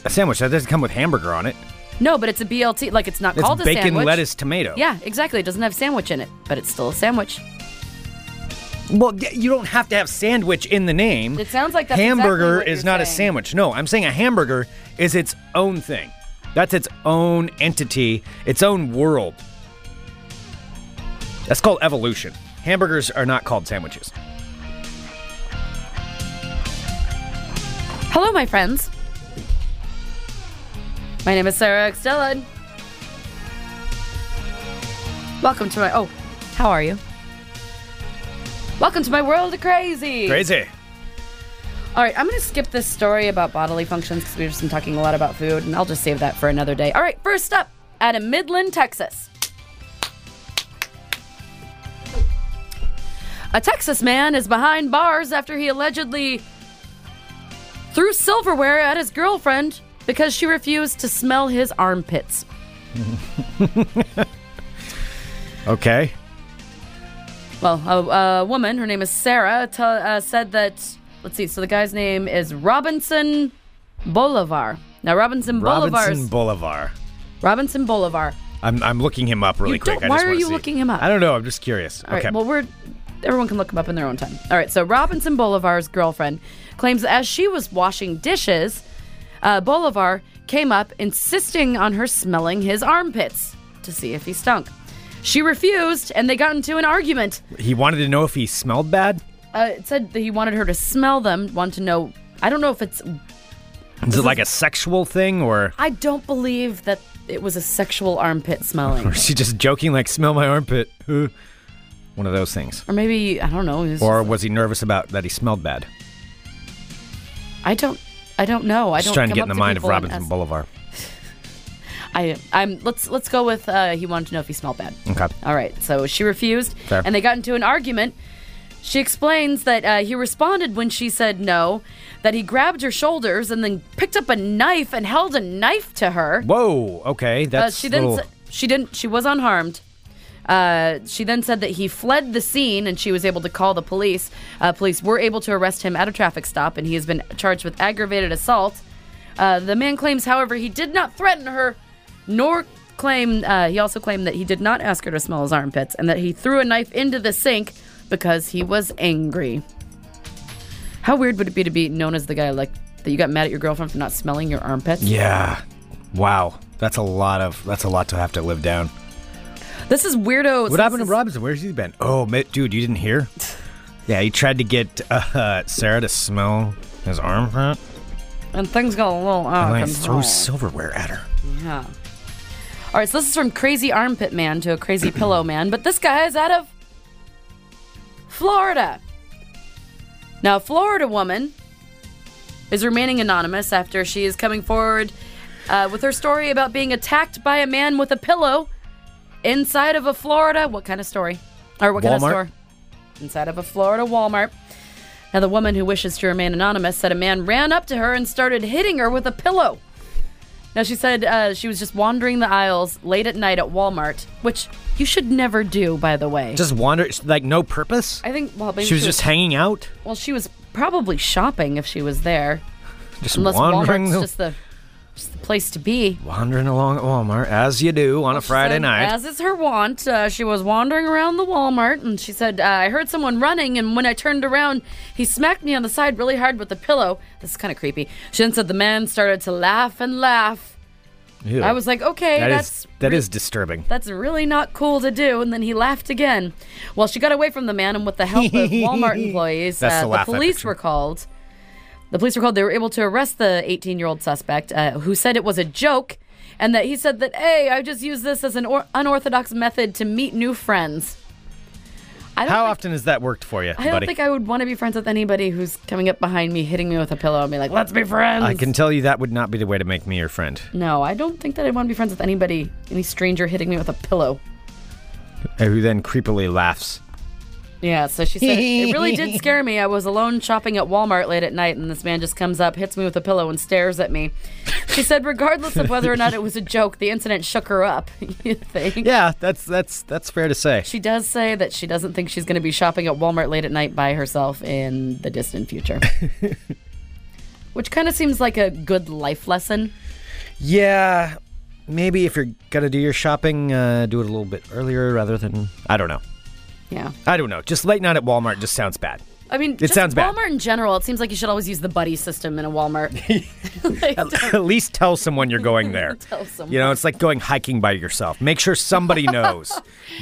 a sandwich that doesn't come with hamburger on it. No, but it's a BLT. Like it's not It's called a bacon, sandwich. lettuce, tomato. Yeah, exactly. It doesn't have sandwich in it, but it's still a sandwich. Well, y- you don't have to have sandwich in the name. It sounds like that's hamburger exactly what is you're not a saying. sandwich. No, I'm saying a hamburger is its own thing. That's its own entity, its own world. That's called evolution. Hamburgers are not called sandwiches. Hello, my friends. My name is Sarah X. Dillon. Welcome to my. Oh, how are you? Welcome to my world of crazy. Crazy. All right, I'm going to skip this story about bodily functions because we've just been talking a lot about food, and I'll just save that for another day. All right, first up, out of Midland, Texas. A Texas man is behind bars after he allegedly threw silverware at his girlfriend because she refused to smell his armpits. Okay. Well, a, a woman, her name is Sarah, t- uh, said that. Let's see. So the guy's name is Robinson Bolivar. Now Robinson Bolivar. Robinson Boulevard. Robinson Bolivar. I'm, I'm looking him up really You quick. don't- I why just are wanna you see. looking him up? I don't know. I'm just curious. All right. okay. Well, we're everyone can look him up in their own time. All right. So Robinson Bolivar's girlfriend claims that as she was washing dishes, uh, Bolivar came up insisting on her smelling his armpits to see if he stunk. She refused, and they got into an argument. he wanted to know if he smelled bad. uh, it said that he wanted her to smell them, wanted to know. I don't know if it's Is it like a sexual thing or? I don't believe that it was a sexual armpit smelling. Or is she just joking, like, smell my armpit? Ooh. One of those things. Or maybe I don't know. it was Or was he nervous about that he smelled bad? just- I don't. I don't know. I Just don't. trying to come get in up the mind of people and Robinson ask- Boulevard. I, I'm. Let's let's go with. Uh, he wanted to know if he smelled bad. Okay. All right. So she refused, Fair. and they got into an argument. She explains that uh, he responded when she said no, that he grabbed her shoulders and then picked up a knife and held a knife to her. Whoa. Okay. Uh, That's she didn't. little- s- She didn't. She was unharmed. Uh, she then said that he fled the scene and she was able to call the police. Uh, police were able to arrest him at a traffic stop, and he has been charged with aggravated assault. Uh, the man claims, however, he did not threaten her, nor claim. Uh, he also claimed that he did not ask her to smell his armpits, and that he threw a knife into the sink because he was angry. How weird would it be to be known as the guy like that you got mad at your girlfriend for not smelling your armpits? Yeah. Wow. That's a lot of. That's a lot to have to live down. This is weirdo. What happened to this is- Robinson? Where's he been? Oh, ma- dude, you didn't hear? Yeah, he tried to get uh, Sarah to smell his armpit, And things got a little out and of then he control. threw silverware at her. yeah. All right, so this is from Crazy Armpit Man to a Crazy Pillow Man, but this guy is out of Florida. Now, a Florida woman is remaining anonymous after she is coming forward uh, with her story about being attacked by a man with a pillow inside of a Florida. What kind of story? Or what kind of Walmart? store? Inside of a Florida Walmart. Now, the woman who wishes to remain anonymous said a man ran up to her and started hitting her with a pillow. Now, she said uh, she was just wandering the aisles late at night at Walmart, which you should never do, by the way. Just wander, like no purpose. I think, well, maybe She was just hanging out, well, she was probably shopping if she was there. just Unless wandering, Walmart's the- just the just the place to be. wandering along at Walmart as you do on a Friday Said, night. As is her wont, uh, she was wandering around the Walmart and she said, uh, I heard someone running, and when I turned around, he smacked me on the side really hard with a pillow. This is kind of creepy. She then said the man started to laugh and laugh. Ew. I was like, okay, That that's. is that is disturbing. That's really not cool to do. And then he laughed again. Well, she got away from the man, and with the help of Walmart employees, That's uh, the the, laugh I police pictured. were called. The police were called. They were able to arrest the 18 year old suspect uh, who said it was a joke and that he said that, hey, I just use this as an or- unorthodox method to meet new friends. I don't How think- often has that worked for you, I don't buddy? think I would want to be friends with anybody who's coming up behind me, hitting me with a pillow, and be like, "Let's be friends." I can tell you that would not be the way to make me your friend. No, I don't think that I'd want to be friends with anybody, any stranger hitting me with a pillow. uh, Who then creepily laughs. Yeah, so she said, It really did scare me. I was alone shopping at Walmart late at night, and this man just comes up, hits me with a pillow, and stares at me. She said, Regardless of whether or not it was a joke, the incident shook her up. you think? Yeah, that's that's that's fair to say. She does say that she doesn't think she's going to be shopping at Walmart late at night by herself in the distant future. Which kind of seems like a good life lesson. Yeah, maybe if you're gonna do your shopping, uh, do it a little bit earlier rather than I don't know. Yeah. I don't know. Just late night at Walmart just sounds bad. I mean, it just sounds bad. Walmart in general, it seems like you should always use the buddy system in a Walmart. Like, At least tell someone you're going there. Tell someone. You know, it's like going hiking by yourself. Make sure somebody knows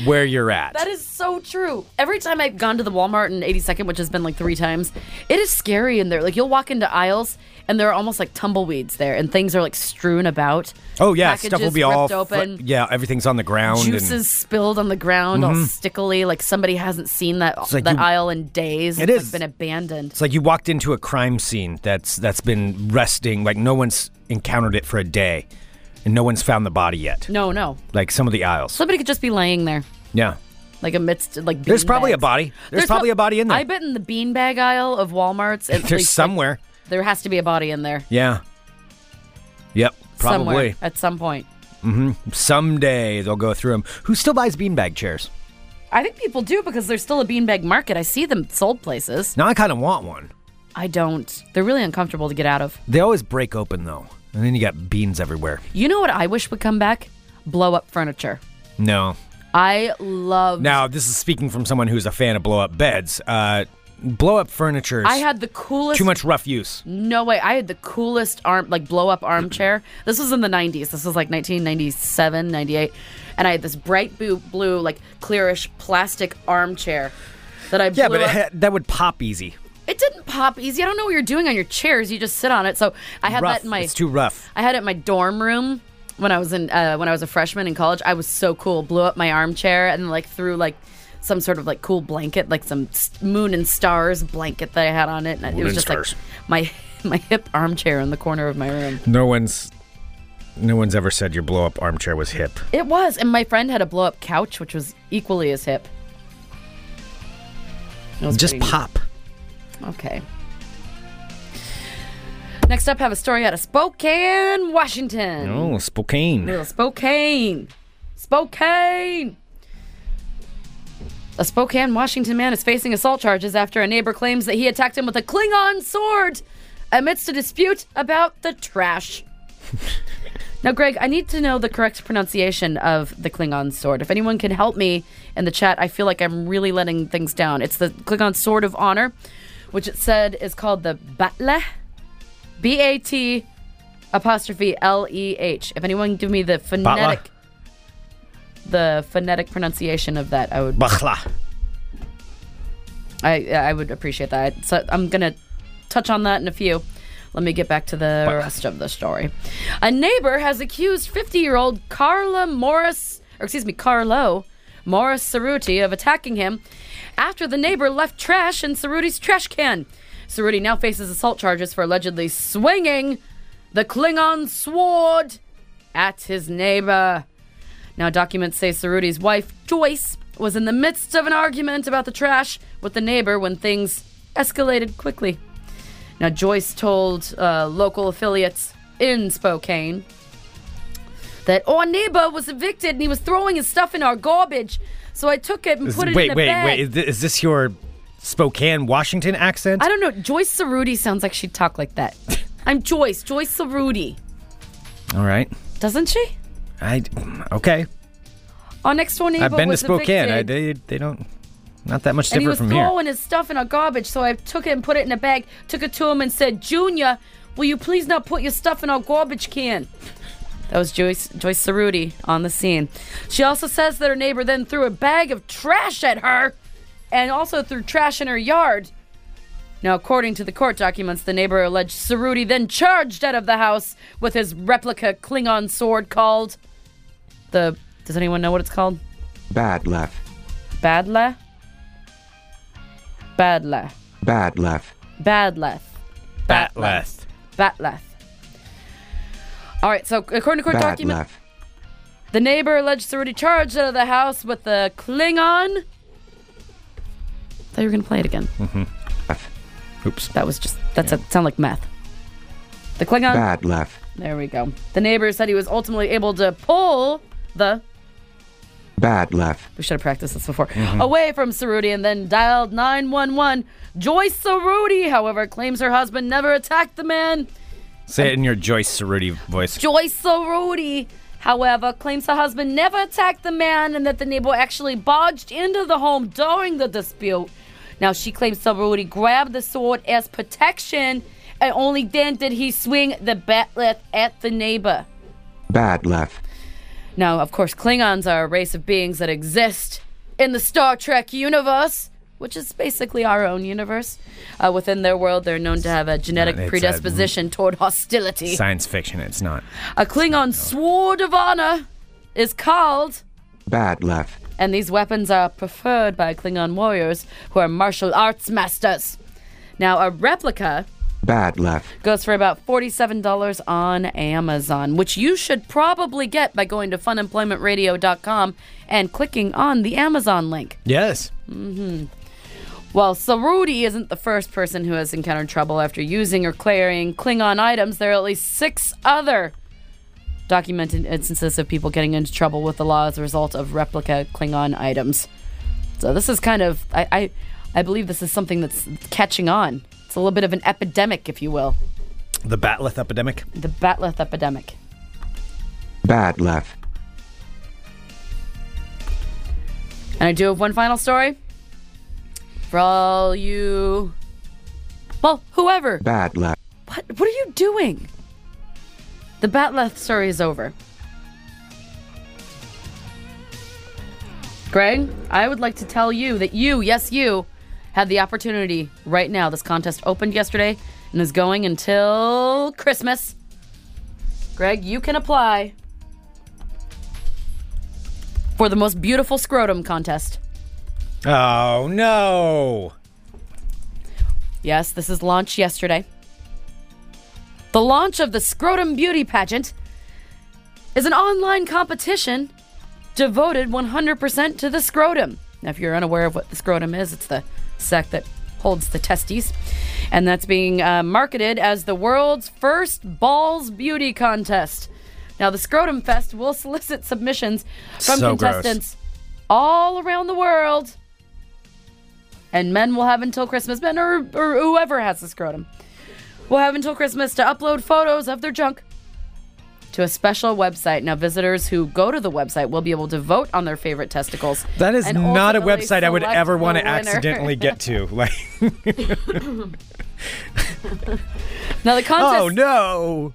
where you're at. That is so true. Every time I've gone to the Walmart in 82nd, which has been like three times, it is scary in there. Like you'll walk into aisles and there are almost like tumbleweeds there, and things are like strewn about. oh yeah, stuff will Packages be all ripped open. fl- yeah, everything's on the ground. and- Juices spilled on the ground, all stickily, like somebody hasn't seen that Mm-hmm. like that you- aisle in days. It it's is. like been abandoned. It's like you walked into a crime scene that's that's been resting, like no one's encountered it for a day, and no one's found the body yet. No, no, Like some of the aisles. somebody could just be laying there, Yeah, like amidst like. there's bean probably a bags. body. There's, prob- probably a body in there. I bet in the beanbag aisle of Walmart's, at there's least, like, somewhere. there has to be a body in there. Yeah. Yep. Probably somewhere at some point. someday they'll go through them. Who still buys beanbag chairs? I think people do because there's still a beanbag market. I see them sold places. Now I kind of want one. I don't. They're really uncomfortable to get out of. They always break open though, and then you got beans everywhere. You know what I wish would come back? Blow up furniture. No. I love. Now this is speaking from someone who's a fan of blow up beds. Uh, blow up furniture. is I had Mm-hmm. the coolest. too much rough use. No way. I had the coolest arm, like blow up armchair. This was in the 90s. This was like 1997, 98. And I had this bright blue, blue like clearish plastic armchair that I blew Yeah, but it, up. ha- that would pop easy. It didn't pop easy. I don't know what you're doing on your chairs. You just sit on it. So I had rough. that in my. it's too rough. I had it in my dorm room when I was in uh, when I was a freshman in college. I was so cool. Blew up my armchair and like threw like some sort of like cool blanket, like some s- moon and stars blanket that I had on it, and it Moon was and just stars. like my my hip armchair in the corner of my room. No one's, no one's ever said your blow up armchair was hip. It was, and my friend had a blow up couch, which was equally as hip. It was Just pretty neat. pop. Okay. Next up, have a story out of Spokane, Washington. Oh, Spokane. Little Spokane. Spokane. A Spokane, Washington man is facing assault charges after a neighbor claims that he attacked him with a Klingon sword amidst a dispute about the trash. now, Greg, I need to know the correct pronunciation of the Klingon sword. If anyone can help me in the chat, I feel like I'm really letting things down. It's the Klingon sword of honor, which it said is called the Batle. B A T apostrophe L E H. If anyone can give me the phonetic the phonetic pronunciation of that, I would Bachla. I I would appreciate that. So I'm gonna touch on that in a few. Let me get back to the rest of the story. A neighbor has accused 50-year-old Carla Morris, or excuse me, Carlo Morris Cerruti of attacking him after the neighbor left trash in Cerruti's trash can. Cerruti now faces assault charges for allegedly swinging the Klingon sword at his neighbor. Now, documents say Cerruti's wife, Joyce, was in the midst of an argument about the trash with the neighbor when things escalated quickly. Now, Joyce told uh, local affiliates in Spokane that our neighbor was evicted and he was throwing his stuff in our garbage. So I took it and Is- put it wait, in a wait, bag. wait. Is thi- Is this your Spokane, Washington accent? I don't know. Joyce Cerruti sounds like she'd talk like that. I'm Joyce. Joyce Cerruti. All right. Doesn't she? I okay. Our next door neighbor I've been to was Spokane. I, evicted. they they don't not that much and he different was from here. throwing his stuff in our garbage. So I took it and put it in a bag, took it to him, and said, "Junior, will you please not put your stuff in our garbage can?" That was Joyce Joyce Cerruti on the scene. She also says that her neighbor then threw a bag of trash at her, and also threw trash in her yard. Now, according to the court documents, the neighbor alleged Cerruti then charged out of the house with his replica Klingon sword called the. Does anyone know what it's called? Bad laugh. Badla. Badla. Bad laugh. Badleth. Batleth. Batleth. All right, so according to court Bad document, laugh. the neighbor alleged to already charged out of the house with the Klingon. thought you were going to play it again. Hmm. Oops. That was just, that's a, sound like meth. The Klingon. Bad laugh. There we go. The neighbor said he was ultimately able to pull the Bad laugh. We should have practiced this before. Mm-hmm. Away from Cerruti and then dialed 911. Joyce Cerruti, however, claims her husband never attacked the man. Say it in your Joyce Cerruti voice. Joyce Cerruti, however, claims her husband never attacked the man and that the neighbor actually barged into the home during the dispute. Now, she claims Cerruti grabbed the sword as protection and only then did he swing the batleth at the neighbor. Bad laugh. Now, of course, Klingons are a race of beings that exist in the Star Trek universe, which is basically our own universe. Uh, within their world, they're known to have a genetic It's a- predisposition toward hostility. Science fiction. It's not. A Klingon sword of honor is called, Bad laugh. and these weapons are preferred by Klingon warriors who are martial arts masters. Now, a replica Bad laugh. goes for about $47 on Amazon, which you should probably get by going to funemploymentradio.com and clicking on the Amazon link. Yes. While Sarudi isn't the first person who has encountered trouble after using or clearing Klingon items, there are at least six other documented instances of people getting into trouble with the law as a result of replica Klingon items. So this is kind of I I, I believe this is something that's catching on. It's a little bit of an epidemic, if you will. The Batleth epidemic. The Batleth epidemic. Bad laugh. And I do have one final story for all you. Well, whoever. Bad laugh. What, what are you doing? The Batleth story is over. Greg, I would like to tell you that you, yes, you, had the opportunity right now. This contest opened yesterday and is going until Christmas. Greg, you can apply for the most beautiful scrotum contest. Oh no! Yes, this is launched yesterday. The launch of the Scrotum Beauty Pageant is an online competition devoted 100% to the scrotum. Now, if you're unaware of what the scrotum is, it's the sac that holds the testes. And that's being uh, marketed as the world's first balls beauty contest. Now, the Scrotum Fest will solicit submissions from So gross. contestants all around the world. And men will have until Christmas, men or, or whoever has the scrotum, will have until Christmas to upload photos of their junk to a special website. Now, visitors who go to the website will be able to vote on their favorite testicles. That is and not a ultimately website I would select ever the want to winner. accidentally get to. Like, Now, the contest. oh no!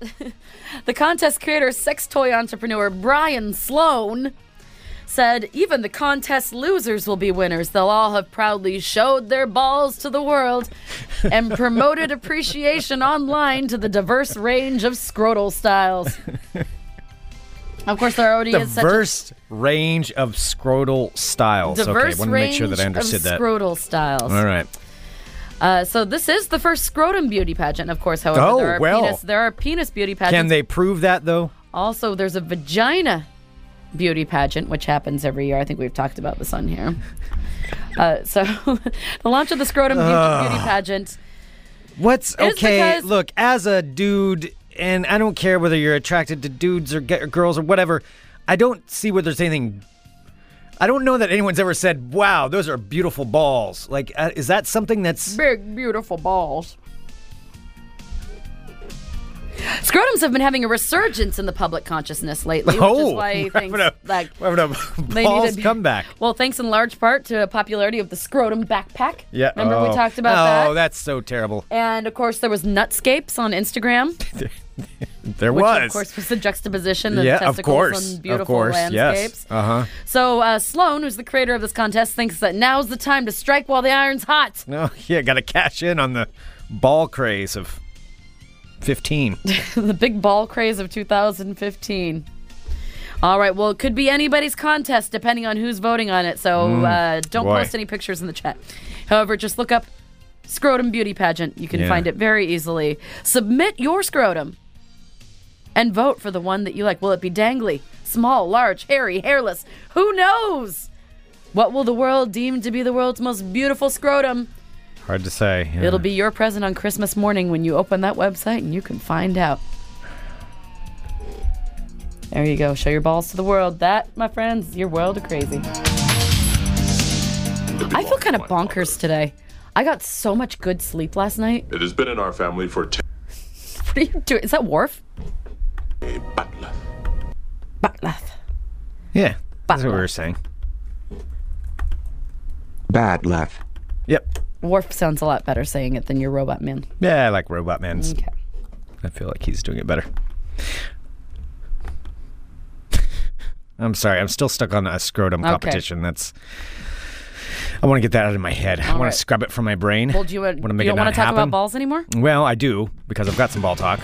The contest creator, sex toy entrepreneur Brian Sloan, said even the contest losers will be winners. They'll all have proudly showed their balls to the world and promoted appreciation online to the diverse range of scrotal styles. Of course, there already is such a Diverse range of scrotal styles. okay, diverse want to range make sure that I understood of that. scrotal styles. All right. Uh, so this is the first scrotum beauty pageant, of course. However, Oh, there are well. penis there are penis beauty pageants. Can they prove that though? Also, there's a vagina beauty pageant, which happens every year. I think we've talked about this on here. Uh, so, the launch of the Scrotum Beauty, Ah. beauty Pageant. What's It's okay? because- Look, as a dude, and I don't care whether you're attracted to dudes or, ge- or girls or whatever. I don't see where there's anything. I don't know that anyone's ever said, "Wow, those are beautiful balls." Like, uh, is that something that's Big, beautiful balls. Scrotums have been having a resurgence in the public consciousness lately, which is why we're things having Oh, a, like we're having a they balls needed- comeback. Well, thanks in large part to a popularity of the scrotum backpack. Yeah, remember oh. we talked about that. Oh, that's so terrible. And of course, there was Nutscapes on Instagram. There which was. of course was the juxtaposition of yeah, testicles of course, and beautiful of course, landscapes. Yes. Uh huh. So uh, Sloan, who's the creator of this contest, thinks that now's the time to strike while the iron's hot. No, yeah, got to cash in on the ball craze of fifteen. the big ball craze of 2015. All right, well, it could be anybody's contest depending on who's voting on it. So uh, don't Mm, boy. post any pictures in the chat. However, just look up scrotum beauty pageant. You can Yeah. find it very easily. Submit your scrotum and vote for the one that you like. Will it be dangly, small, large, hairy, hairless? Who knows? What will the world deem to be the world's most beautiful scrotum? Hard to say. yeah. It'll be your present on Christmas morning when you open that website and you can find out. There you go. Show your balls to the world. That, my friends, is your world of crazy. I feel kind of bonkers today. I got so much good sleep last night. It has been in our family for 10 What are you doing? Is that Worf? Butler. Batleth. Yeah, that's what we were saying. Bad left. Yep. Worf sounds a lot better saying it than your robot man. Yeah, I like Robot Man. Okay. I feel like he's doing it better. I'm sorry, I'm still stuck on a scrotum Okay. competition. That's. I want to get that out of my head. I want right. to scrub it from my brain. Well, do you, Wanna make you it don't want not to talk happen. about balls anymore? Well, I do because I've got some ball talk.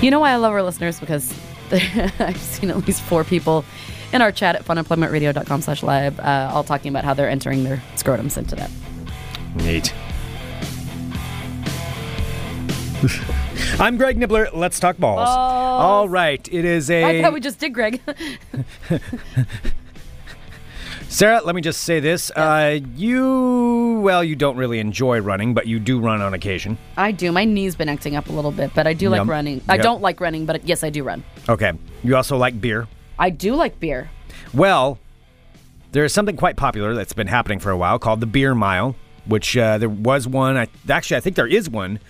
You know why I love our listeners? Because I've seen at least four people in our chat at funemploymentradio.com slash live uh, all talking about how they're entering their scrotums into that. Neat. I'm Greg Nibbler. Let's talk balls. All right. It is I a. thought we just did, Greg. Sarah, let me just say this. Uh, you, well, you don't really enjoy running, but you do run on occasion. I do. My knee's been acting up a little bit, but I do like Yum. running. I Yep. don't like running, but yes, I do run. Okay. You also like beer. I do like beer. Well, there is something quite popular that's been happening for a while called the Beer Mile, which uh, there was one. I, actually, I think there is one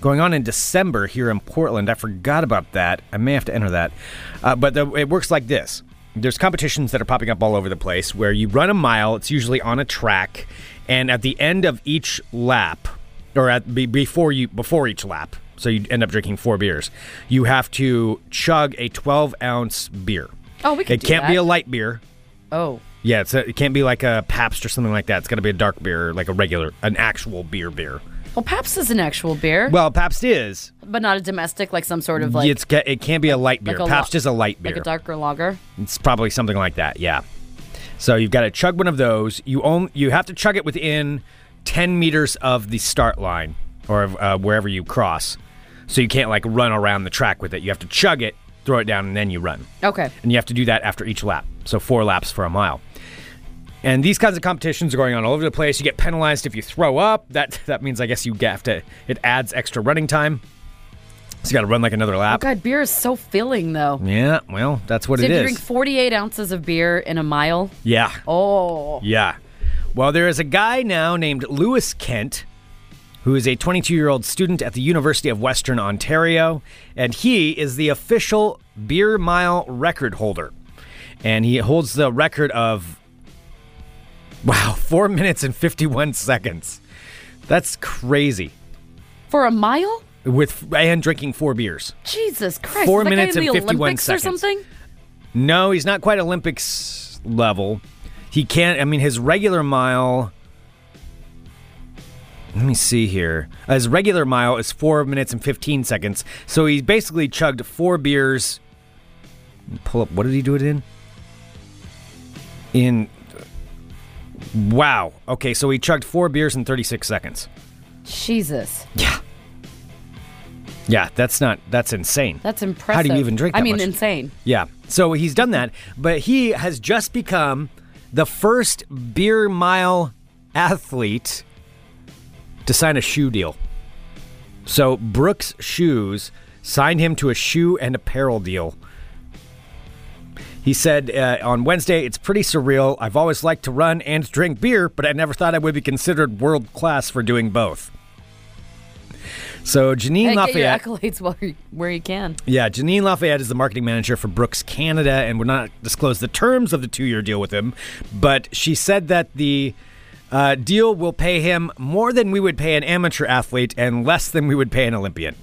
going on in December here in Portland. I forgot about that. I may have to enter that. Uh, but the, it works like this there's competitions that are popping up all over the place where you run a mile, it's usually on a track, and at the end of each lap, or at be, before you before each lap, so you end up drinking four beers, you have to chug a 12 ounce beer. Oh, we could It do can't be that. a light beer. Oh, Yeah, it's a, it can't be like a Pabst or something like that. It's got to be a dark beer, like a regular, an actual beer beer. well, Pabst is an actual beer, Well, Pabst is. but not a domestic, like some sort of like it's ca- it can't be a light beer. like a lo- Pabst is a light beer. like a darker lager. It's probably something like that. Yeah. So you've got to chug one of those. You own. You have to chug it within ten meters of the start line or of, uh, wherever you cross. So you can't like run around the track with it. You have to chug it, throw it down, and then you run. Okay. And you have to do that after each lap. So four laps for a mile. And these kinds of competitions are going on all over the place. You get penalized if you throw up. That that means I guess you have to. It adds extra running time. So you got to run like another Oh lap. God, beer is so filling though. Yeah. Well, that's what So Uh, it if you is. drink 48 ounces of beer in a mile, yeah. oh, Yeah. Well, there is a guy now named Lewis Kent who is a 22 year old student at the University of Western Ontario, and he is the official beer mile record holder. And he holds the record of, wow, four minutes and 51 seconds. That's crazy. for a mile? With and drinking four beers. Jesus Christ! Four is that guy minutes in the and 51 Olympics seconds. or something? No, he's not quite Olympics level. He can't. I mean, his regular mile. Let me see here. His regular mile is four minutes and fifteen seconds. So he basically chugged four beers. Pull up. What did he do it in? In. Wow. Okay, so he chugged four beers in thirty six seconds. Jesus, Yeah. Yeah, that's not. That's insane. that's impressive. How do you even drink? That I mean, much? insane. Yeah. So he's done that, but he has just become the first beer mile athlete to sign a shoe deal. So Brooks Shoes signed him to a shoe and apparel deal. He said uh, on Wednesday, it's pretty surreal. I've always liked to run and drink beer, but I never thought I would be considered world class for doing both. So Janine Hey, get your Lafayette. accolades while you- where you can. Yeah, Janine Lafayette is the marketing manager for Brooks Canada and would not disclose the terms of the two year deal with him, but she said that the uh, deal will pay him more than we would pay an amateur athlete and less than we would pay an Olympian.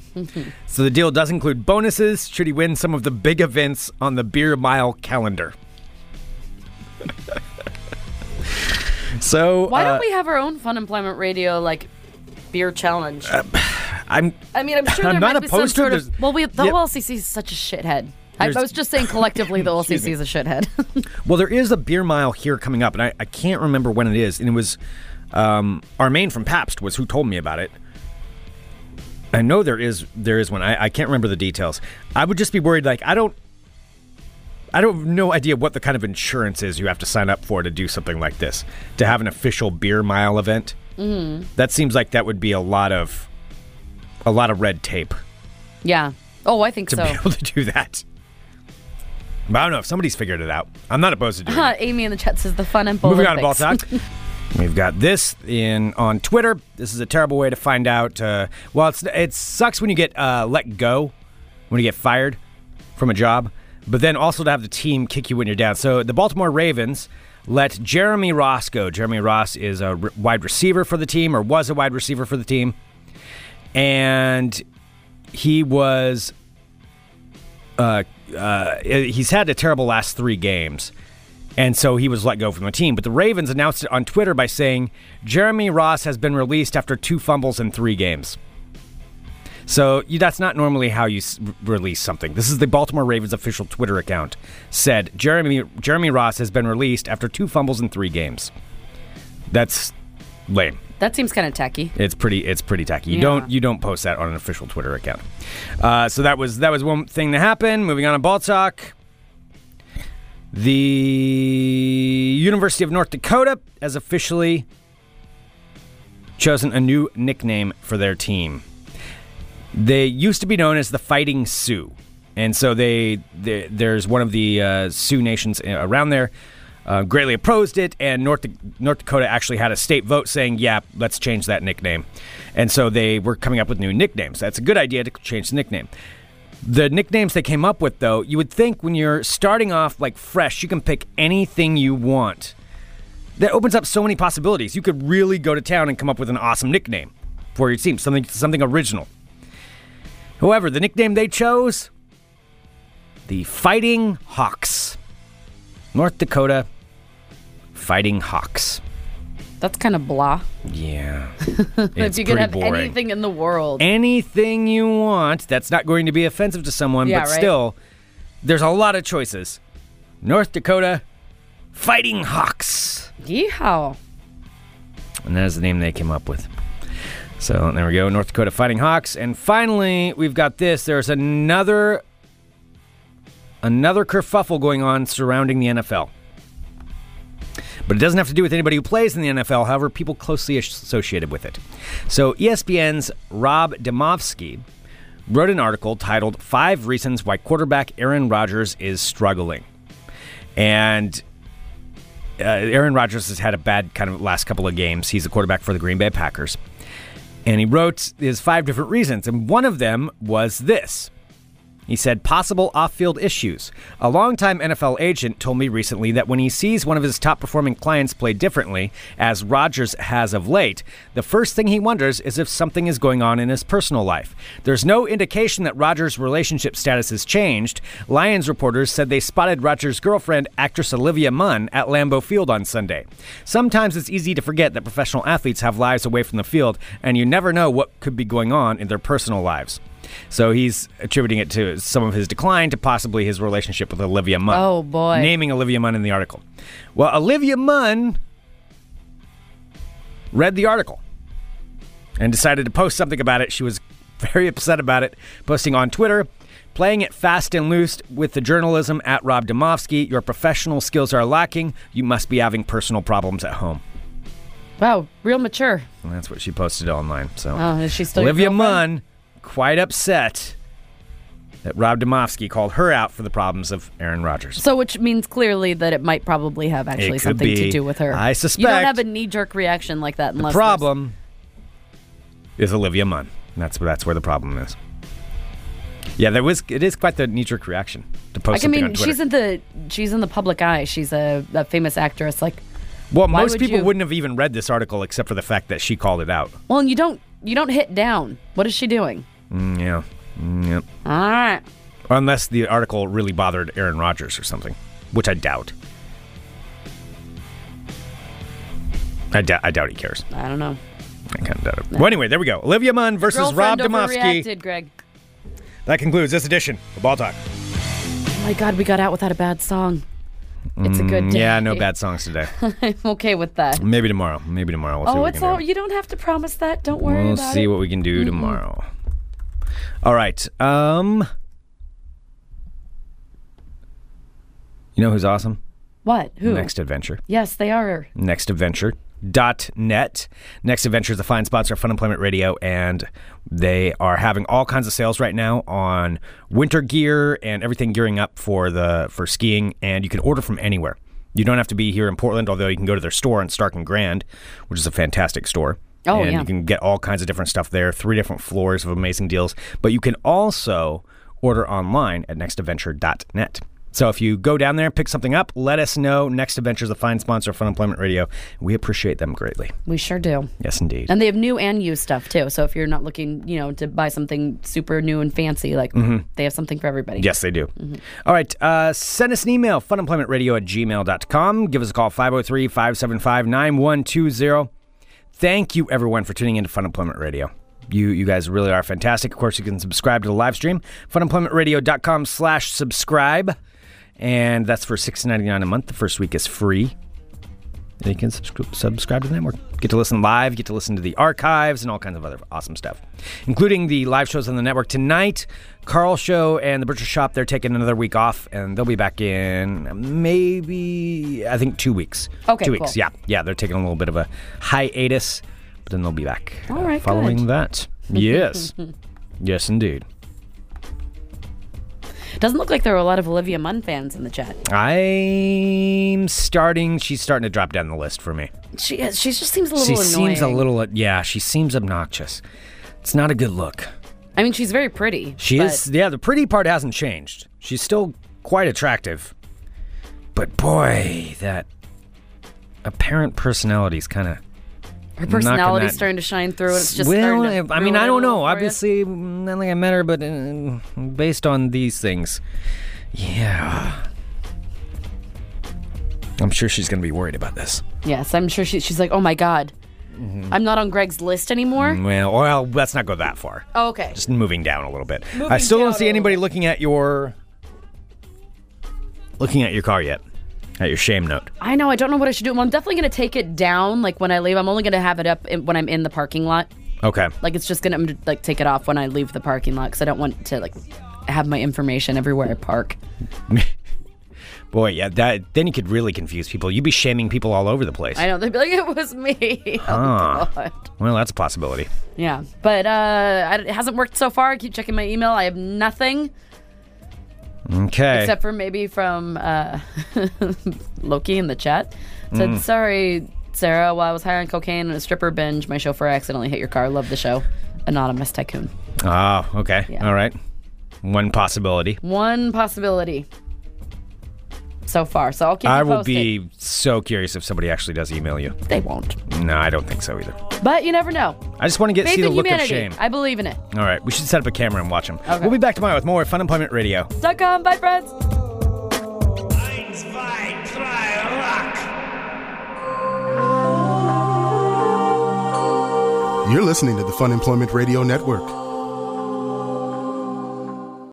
so the deal does include bonuses should he win some of the big events on the beer mile calendar. so Why uh, don't we have our own Fun Employment Radio like beer challenge? I'm I mean, I'm sure Uh, I'm there not might be some opposed to it. sort of. There's- Well, we, the Yep. OLCC is such a shithead. I, I There's- was just saying collectively, the OLCC Excuse is a shithead. Well, there is a beer mile here coming up, and I, I can't remember when it is. And it was um, Armaine from Pabst was who told me about it. I know there is there is one. I, I can't remember the details. I would just be worried. Like I don't, I don't have no idea what the kind of insurance is you have to sign up for to do something like this. To have an official beer mile event, that seems like that would be a lot of a lot of red tape yeah. Oh, I think to so. be able to do that. But I don't know if somebody's figured it out. I'm not opposed to doing it. Huh, Amy in the chat says the Fun Employment. Moving on to ball talk. We've got this in on Twitter. This is a terrible way to find out. Uh, well, it's it sucks when you get uh, let go, when you get fired from a job, but then also to have the team kick you when you're down. So the Baltimore Ravens let Jeremy Ross go. Jeremy Ross is a r- wide receiver for the team, or was a wide receiver for the team, and he was. Uh, uh, he's had a terrible last three games. And so he was let go from the team. But the Ravens announced it on Twitter by saying Jeremy Ross has been released after two fumbles in three games. So you, that's not normally how you s- r- release something. This is the Baltimore Ravens official Twitter account said Jeremy Jeremy Ross has been released after two fumbles in three games. That's lame. That seems kind of tacky. It's pretty. It's pretty tacky. You Yeah. don't. You don't post that on an official Twitter account. Uh, so that was that was one thing that happened. Moving on to ball talk. The University of North Dakota has officially chosen a new nickname for their team. They used to be known as the Fighting Sioux, and so they, they there's one of the uh, Sioux nations uh, around there. Uh, greatly opposed it, and North North Dakota actually had a state vote saying, "Yeah, let's change that nickname." And so they were coming up with new nicknames. That's a good idea to change the nickname. The nicknames they came up with, though, you would think when you're starting off like fresh, you can pick anything you want. That opens up so many possibilities. You could really go to town and come up with an awesome nickname for your team, something something original. However, the nickname they chose, the Fighting Hawks. North Dakota Fighting Hawks. That's kind of blah. Yeah. if It's you could pretty have boring. anything in the world, anything you want that's not going to be offensive to someone, Yeah, but right. still, there's a lot of choices. North Dakota Fighting Hawks. yeehaw. And that is the name they came up with. So there we go, North Dakota Fighting Hawks. And finally, we've got this. There's another another kerfuffle going on surrounding the NFL. But it doesn't have to do with anybody who plays in the NFL, however, people closely as- associated with it. So E ESPN's Rob Demovsky wrote an article titled Five Reasons Why Quarterback Aaron Rodgers is Struggling. And uh, Aaron Rodgers has had a bad kind of last couple of games. He's a quarterback for the Green Bay Packers. And he wrote his five different reasons. And one of them was this. He said, possible off field issues. A longtime NFL agent told me recently that when he sees one of his top performing clients play differently, as Rodgers has of late, the first thing he wonders is if something is going on in his personal life. There's no indication that Rodgers' relationship status has changed. Lions reporters said they spotted Rodgers' girlfriend, actress Olivia Munn, at Lambeau Field on Sunday. Sometimes it's easy to forget that professional athletes have lives away from the field, and you never know what could be going on in their personal lives. So he's attributing it to some of his decline to possibly his relationship with Olivia Munn. Oh, boy. Naming Olivia Munn in the article. Well, Olivia Munn read the article and decided to post something about it. She was very upset about it, posting on Twitter, playing it fast and loose with the journalism at Rob Domofsky. Your professional skills are lacking. You must be having personal problems at home. Wow, real mature. And that's what she posted online. So Oh, is she still your Olivia girlfriend? Munn quite upset that Rob Domofsky called her out for the problems of Aaron Rodgers. So, which means clearly that it might probably have actually could something be. to do with her. I you don't suspect have a knee-jerk reaction like that the unless there's- problem is Olivia Munn. And That's that's where the problem is. Yeah, there was. It is quite the knee-jerk reaction to post Like, I something mean, on Twitter. she's in the she's in the public eye. She's a, a famous actress. Like, well, why most would people you- wouldn't have even read this article except for the fact that she called it out. well, and you don't you don't hit down. What is she doing? Mm, yeah, Mm, yeah. All right. Unless the article really bothered Aaron Rodgers or something, which I doubt. I, doubt. I doubt he cares. I don't know. I kind of doubt it. Well, anyway, there we go. Olivia Munn versus Rob Girlfriend Domofsky. overreacted, Greg. That concludes this edition of Ball Talk. Oh my God, we got out without a bad song. It's a good day. Mm, Yeah, no bad songs today. I'm okay with that. Maybe tomorrow. Maybe tomorrow. We'll see oh, what it's we can all. do. You don't have to promise that. Don't worry We'll about see it. Mm-hmm. what we can do tomorrow. All right. Um. You know who's awesome? What? Who? Next Adventure. Yes, they are. nextadventure.net. Next Adventure is a fine sponsor of Fun Employment Radio, and they are having all kinds of sales right now on winter gear and everything gearing up for the for skiing. And you can order from anywhere. You don't have to be here in Portland, although you can go to their store in Stark and Grand, which is a fantastic store. Oh, and yeah. you can get all kinds of different stuff there. Three different floors of amazing deals, but you can also order online at nextadventure.net. So if you go down there, pick something up, let us know. Next Adventure is a fine sponsor of Fun Employment Radio. We appreciate them greatly. We sure do. Yes, indeed. And they have new and used stuff too. So if you're not looking, you know, to buy something super new and fancy, like Mm-hmm. they have something for everybody. Yes, they do. All right. Uh, send us an email, funemploymentradio at gmail.com. Give us a call, 503 575 9120. Thank you, everyone, for tuning into Fun Employment Radio. You, you guys really are fantastic. Of course, you can subscribe to the live stream, funemploymentradio.com slash subscribe. And that's for six ninety nine a month. The first week is free. And you can subscri- subscribe to the network. Get to listen live, get to listen to the archives, and all kinds of other awesome stuff, including the live shows on the network tonight. Carl Show and the Butcher Shop, they're taking another week off, and they'll be back in maybe, I think, two weeks. Okay, Two cool. weeks, yeah. Yeah, they're taking a little bit of a hiatus, but then they'll be back uh, All right, following good. that. Yes. yes, indeed. Doesn't look like there are a lot of Olivia Munn fans in the chat. I'm starting, she's starting to drop down the list for me. She is. She just seems a little she annoying. seems a little yeah she seems obnoxious it's not a good look I mean, she's very pretty. she but is yeah the pretty part hasn't changed she's still quite attractive but boy that apparent personality is kind of Her personality's that- starting to shine through, and it's just. well starting to i mean ruin i it don't a little know for ya. obviously not like i met her but uh, based on these things yeah I'm sure she's going to be worried about this. Yes, I'm sure she, she's like, oh my god, Mm-hmm. I'm not on Greg's list anymore. Well, well, let's not go that far. Oh, okay. Just moving down a little bit. I Moving still don't down see a anybody looking at your looking at your car yet. At your shame note. I know. I don't know what I should do. Well, I'm definitely gonna take it down. Like when I leave, I'm only gonna have it up in, when I'm in the parking lot. Okay. Like it's just gonna I'm gonna, like take it off when I leave the parking lot because I don't want to like have my information everywhere I park. Boy, yeah, that then you could really confuse people. You'd be shaming people all over the place. I know they'd be like, it was me. Huh. Oh god. Well, that's a possibility. Yeah, but uh, I, it hasn't worked so far. I keep checking my email. I have nothing Okay. except for maybe from uh, Loki in the chat. Said Mm. sorry, Sarah. While I was high on cocaine and a stripper binge, my chauffeur accidentally hit your car. Love the show. Anonymous tycoon. oh, okay. Yeah. All right. One possibility. One possibility so far. So I'll keep. I you will posted. be so curious if somebody actually does email you. They won't. No, I don't think so either. But you never know. I just want to get Faith see the in look humanity. of shame. I believe in it. All right, we should set up a camera and watch them. Okay. We'll be back tomorrow with more Fun Employment Radio. Dot com. Bye, friends. You're listening to the Fun Employment Radio Network.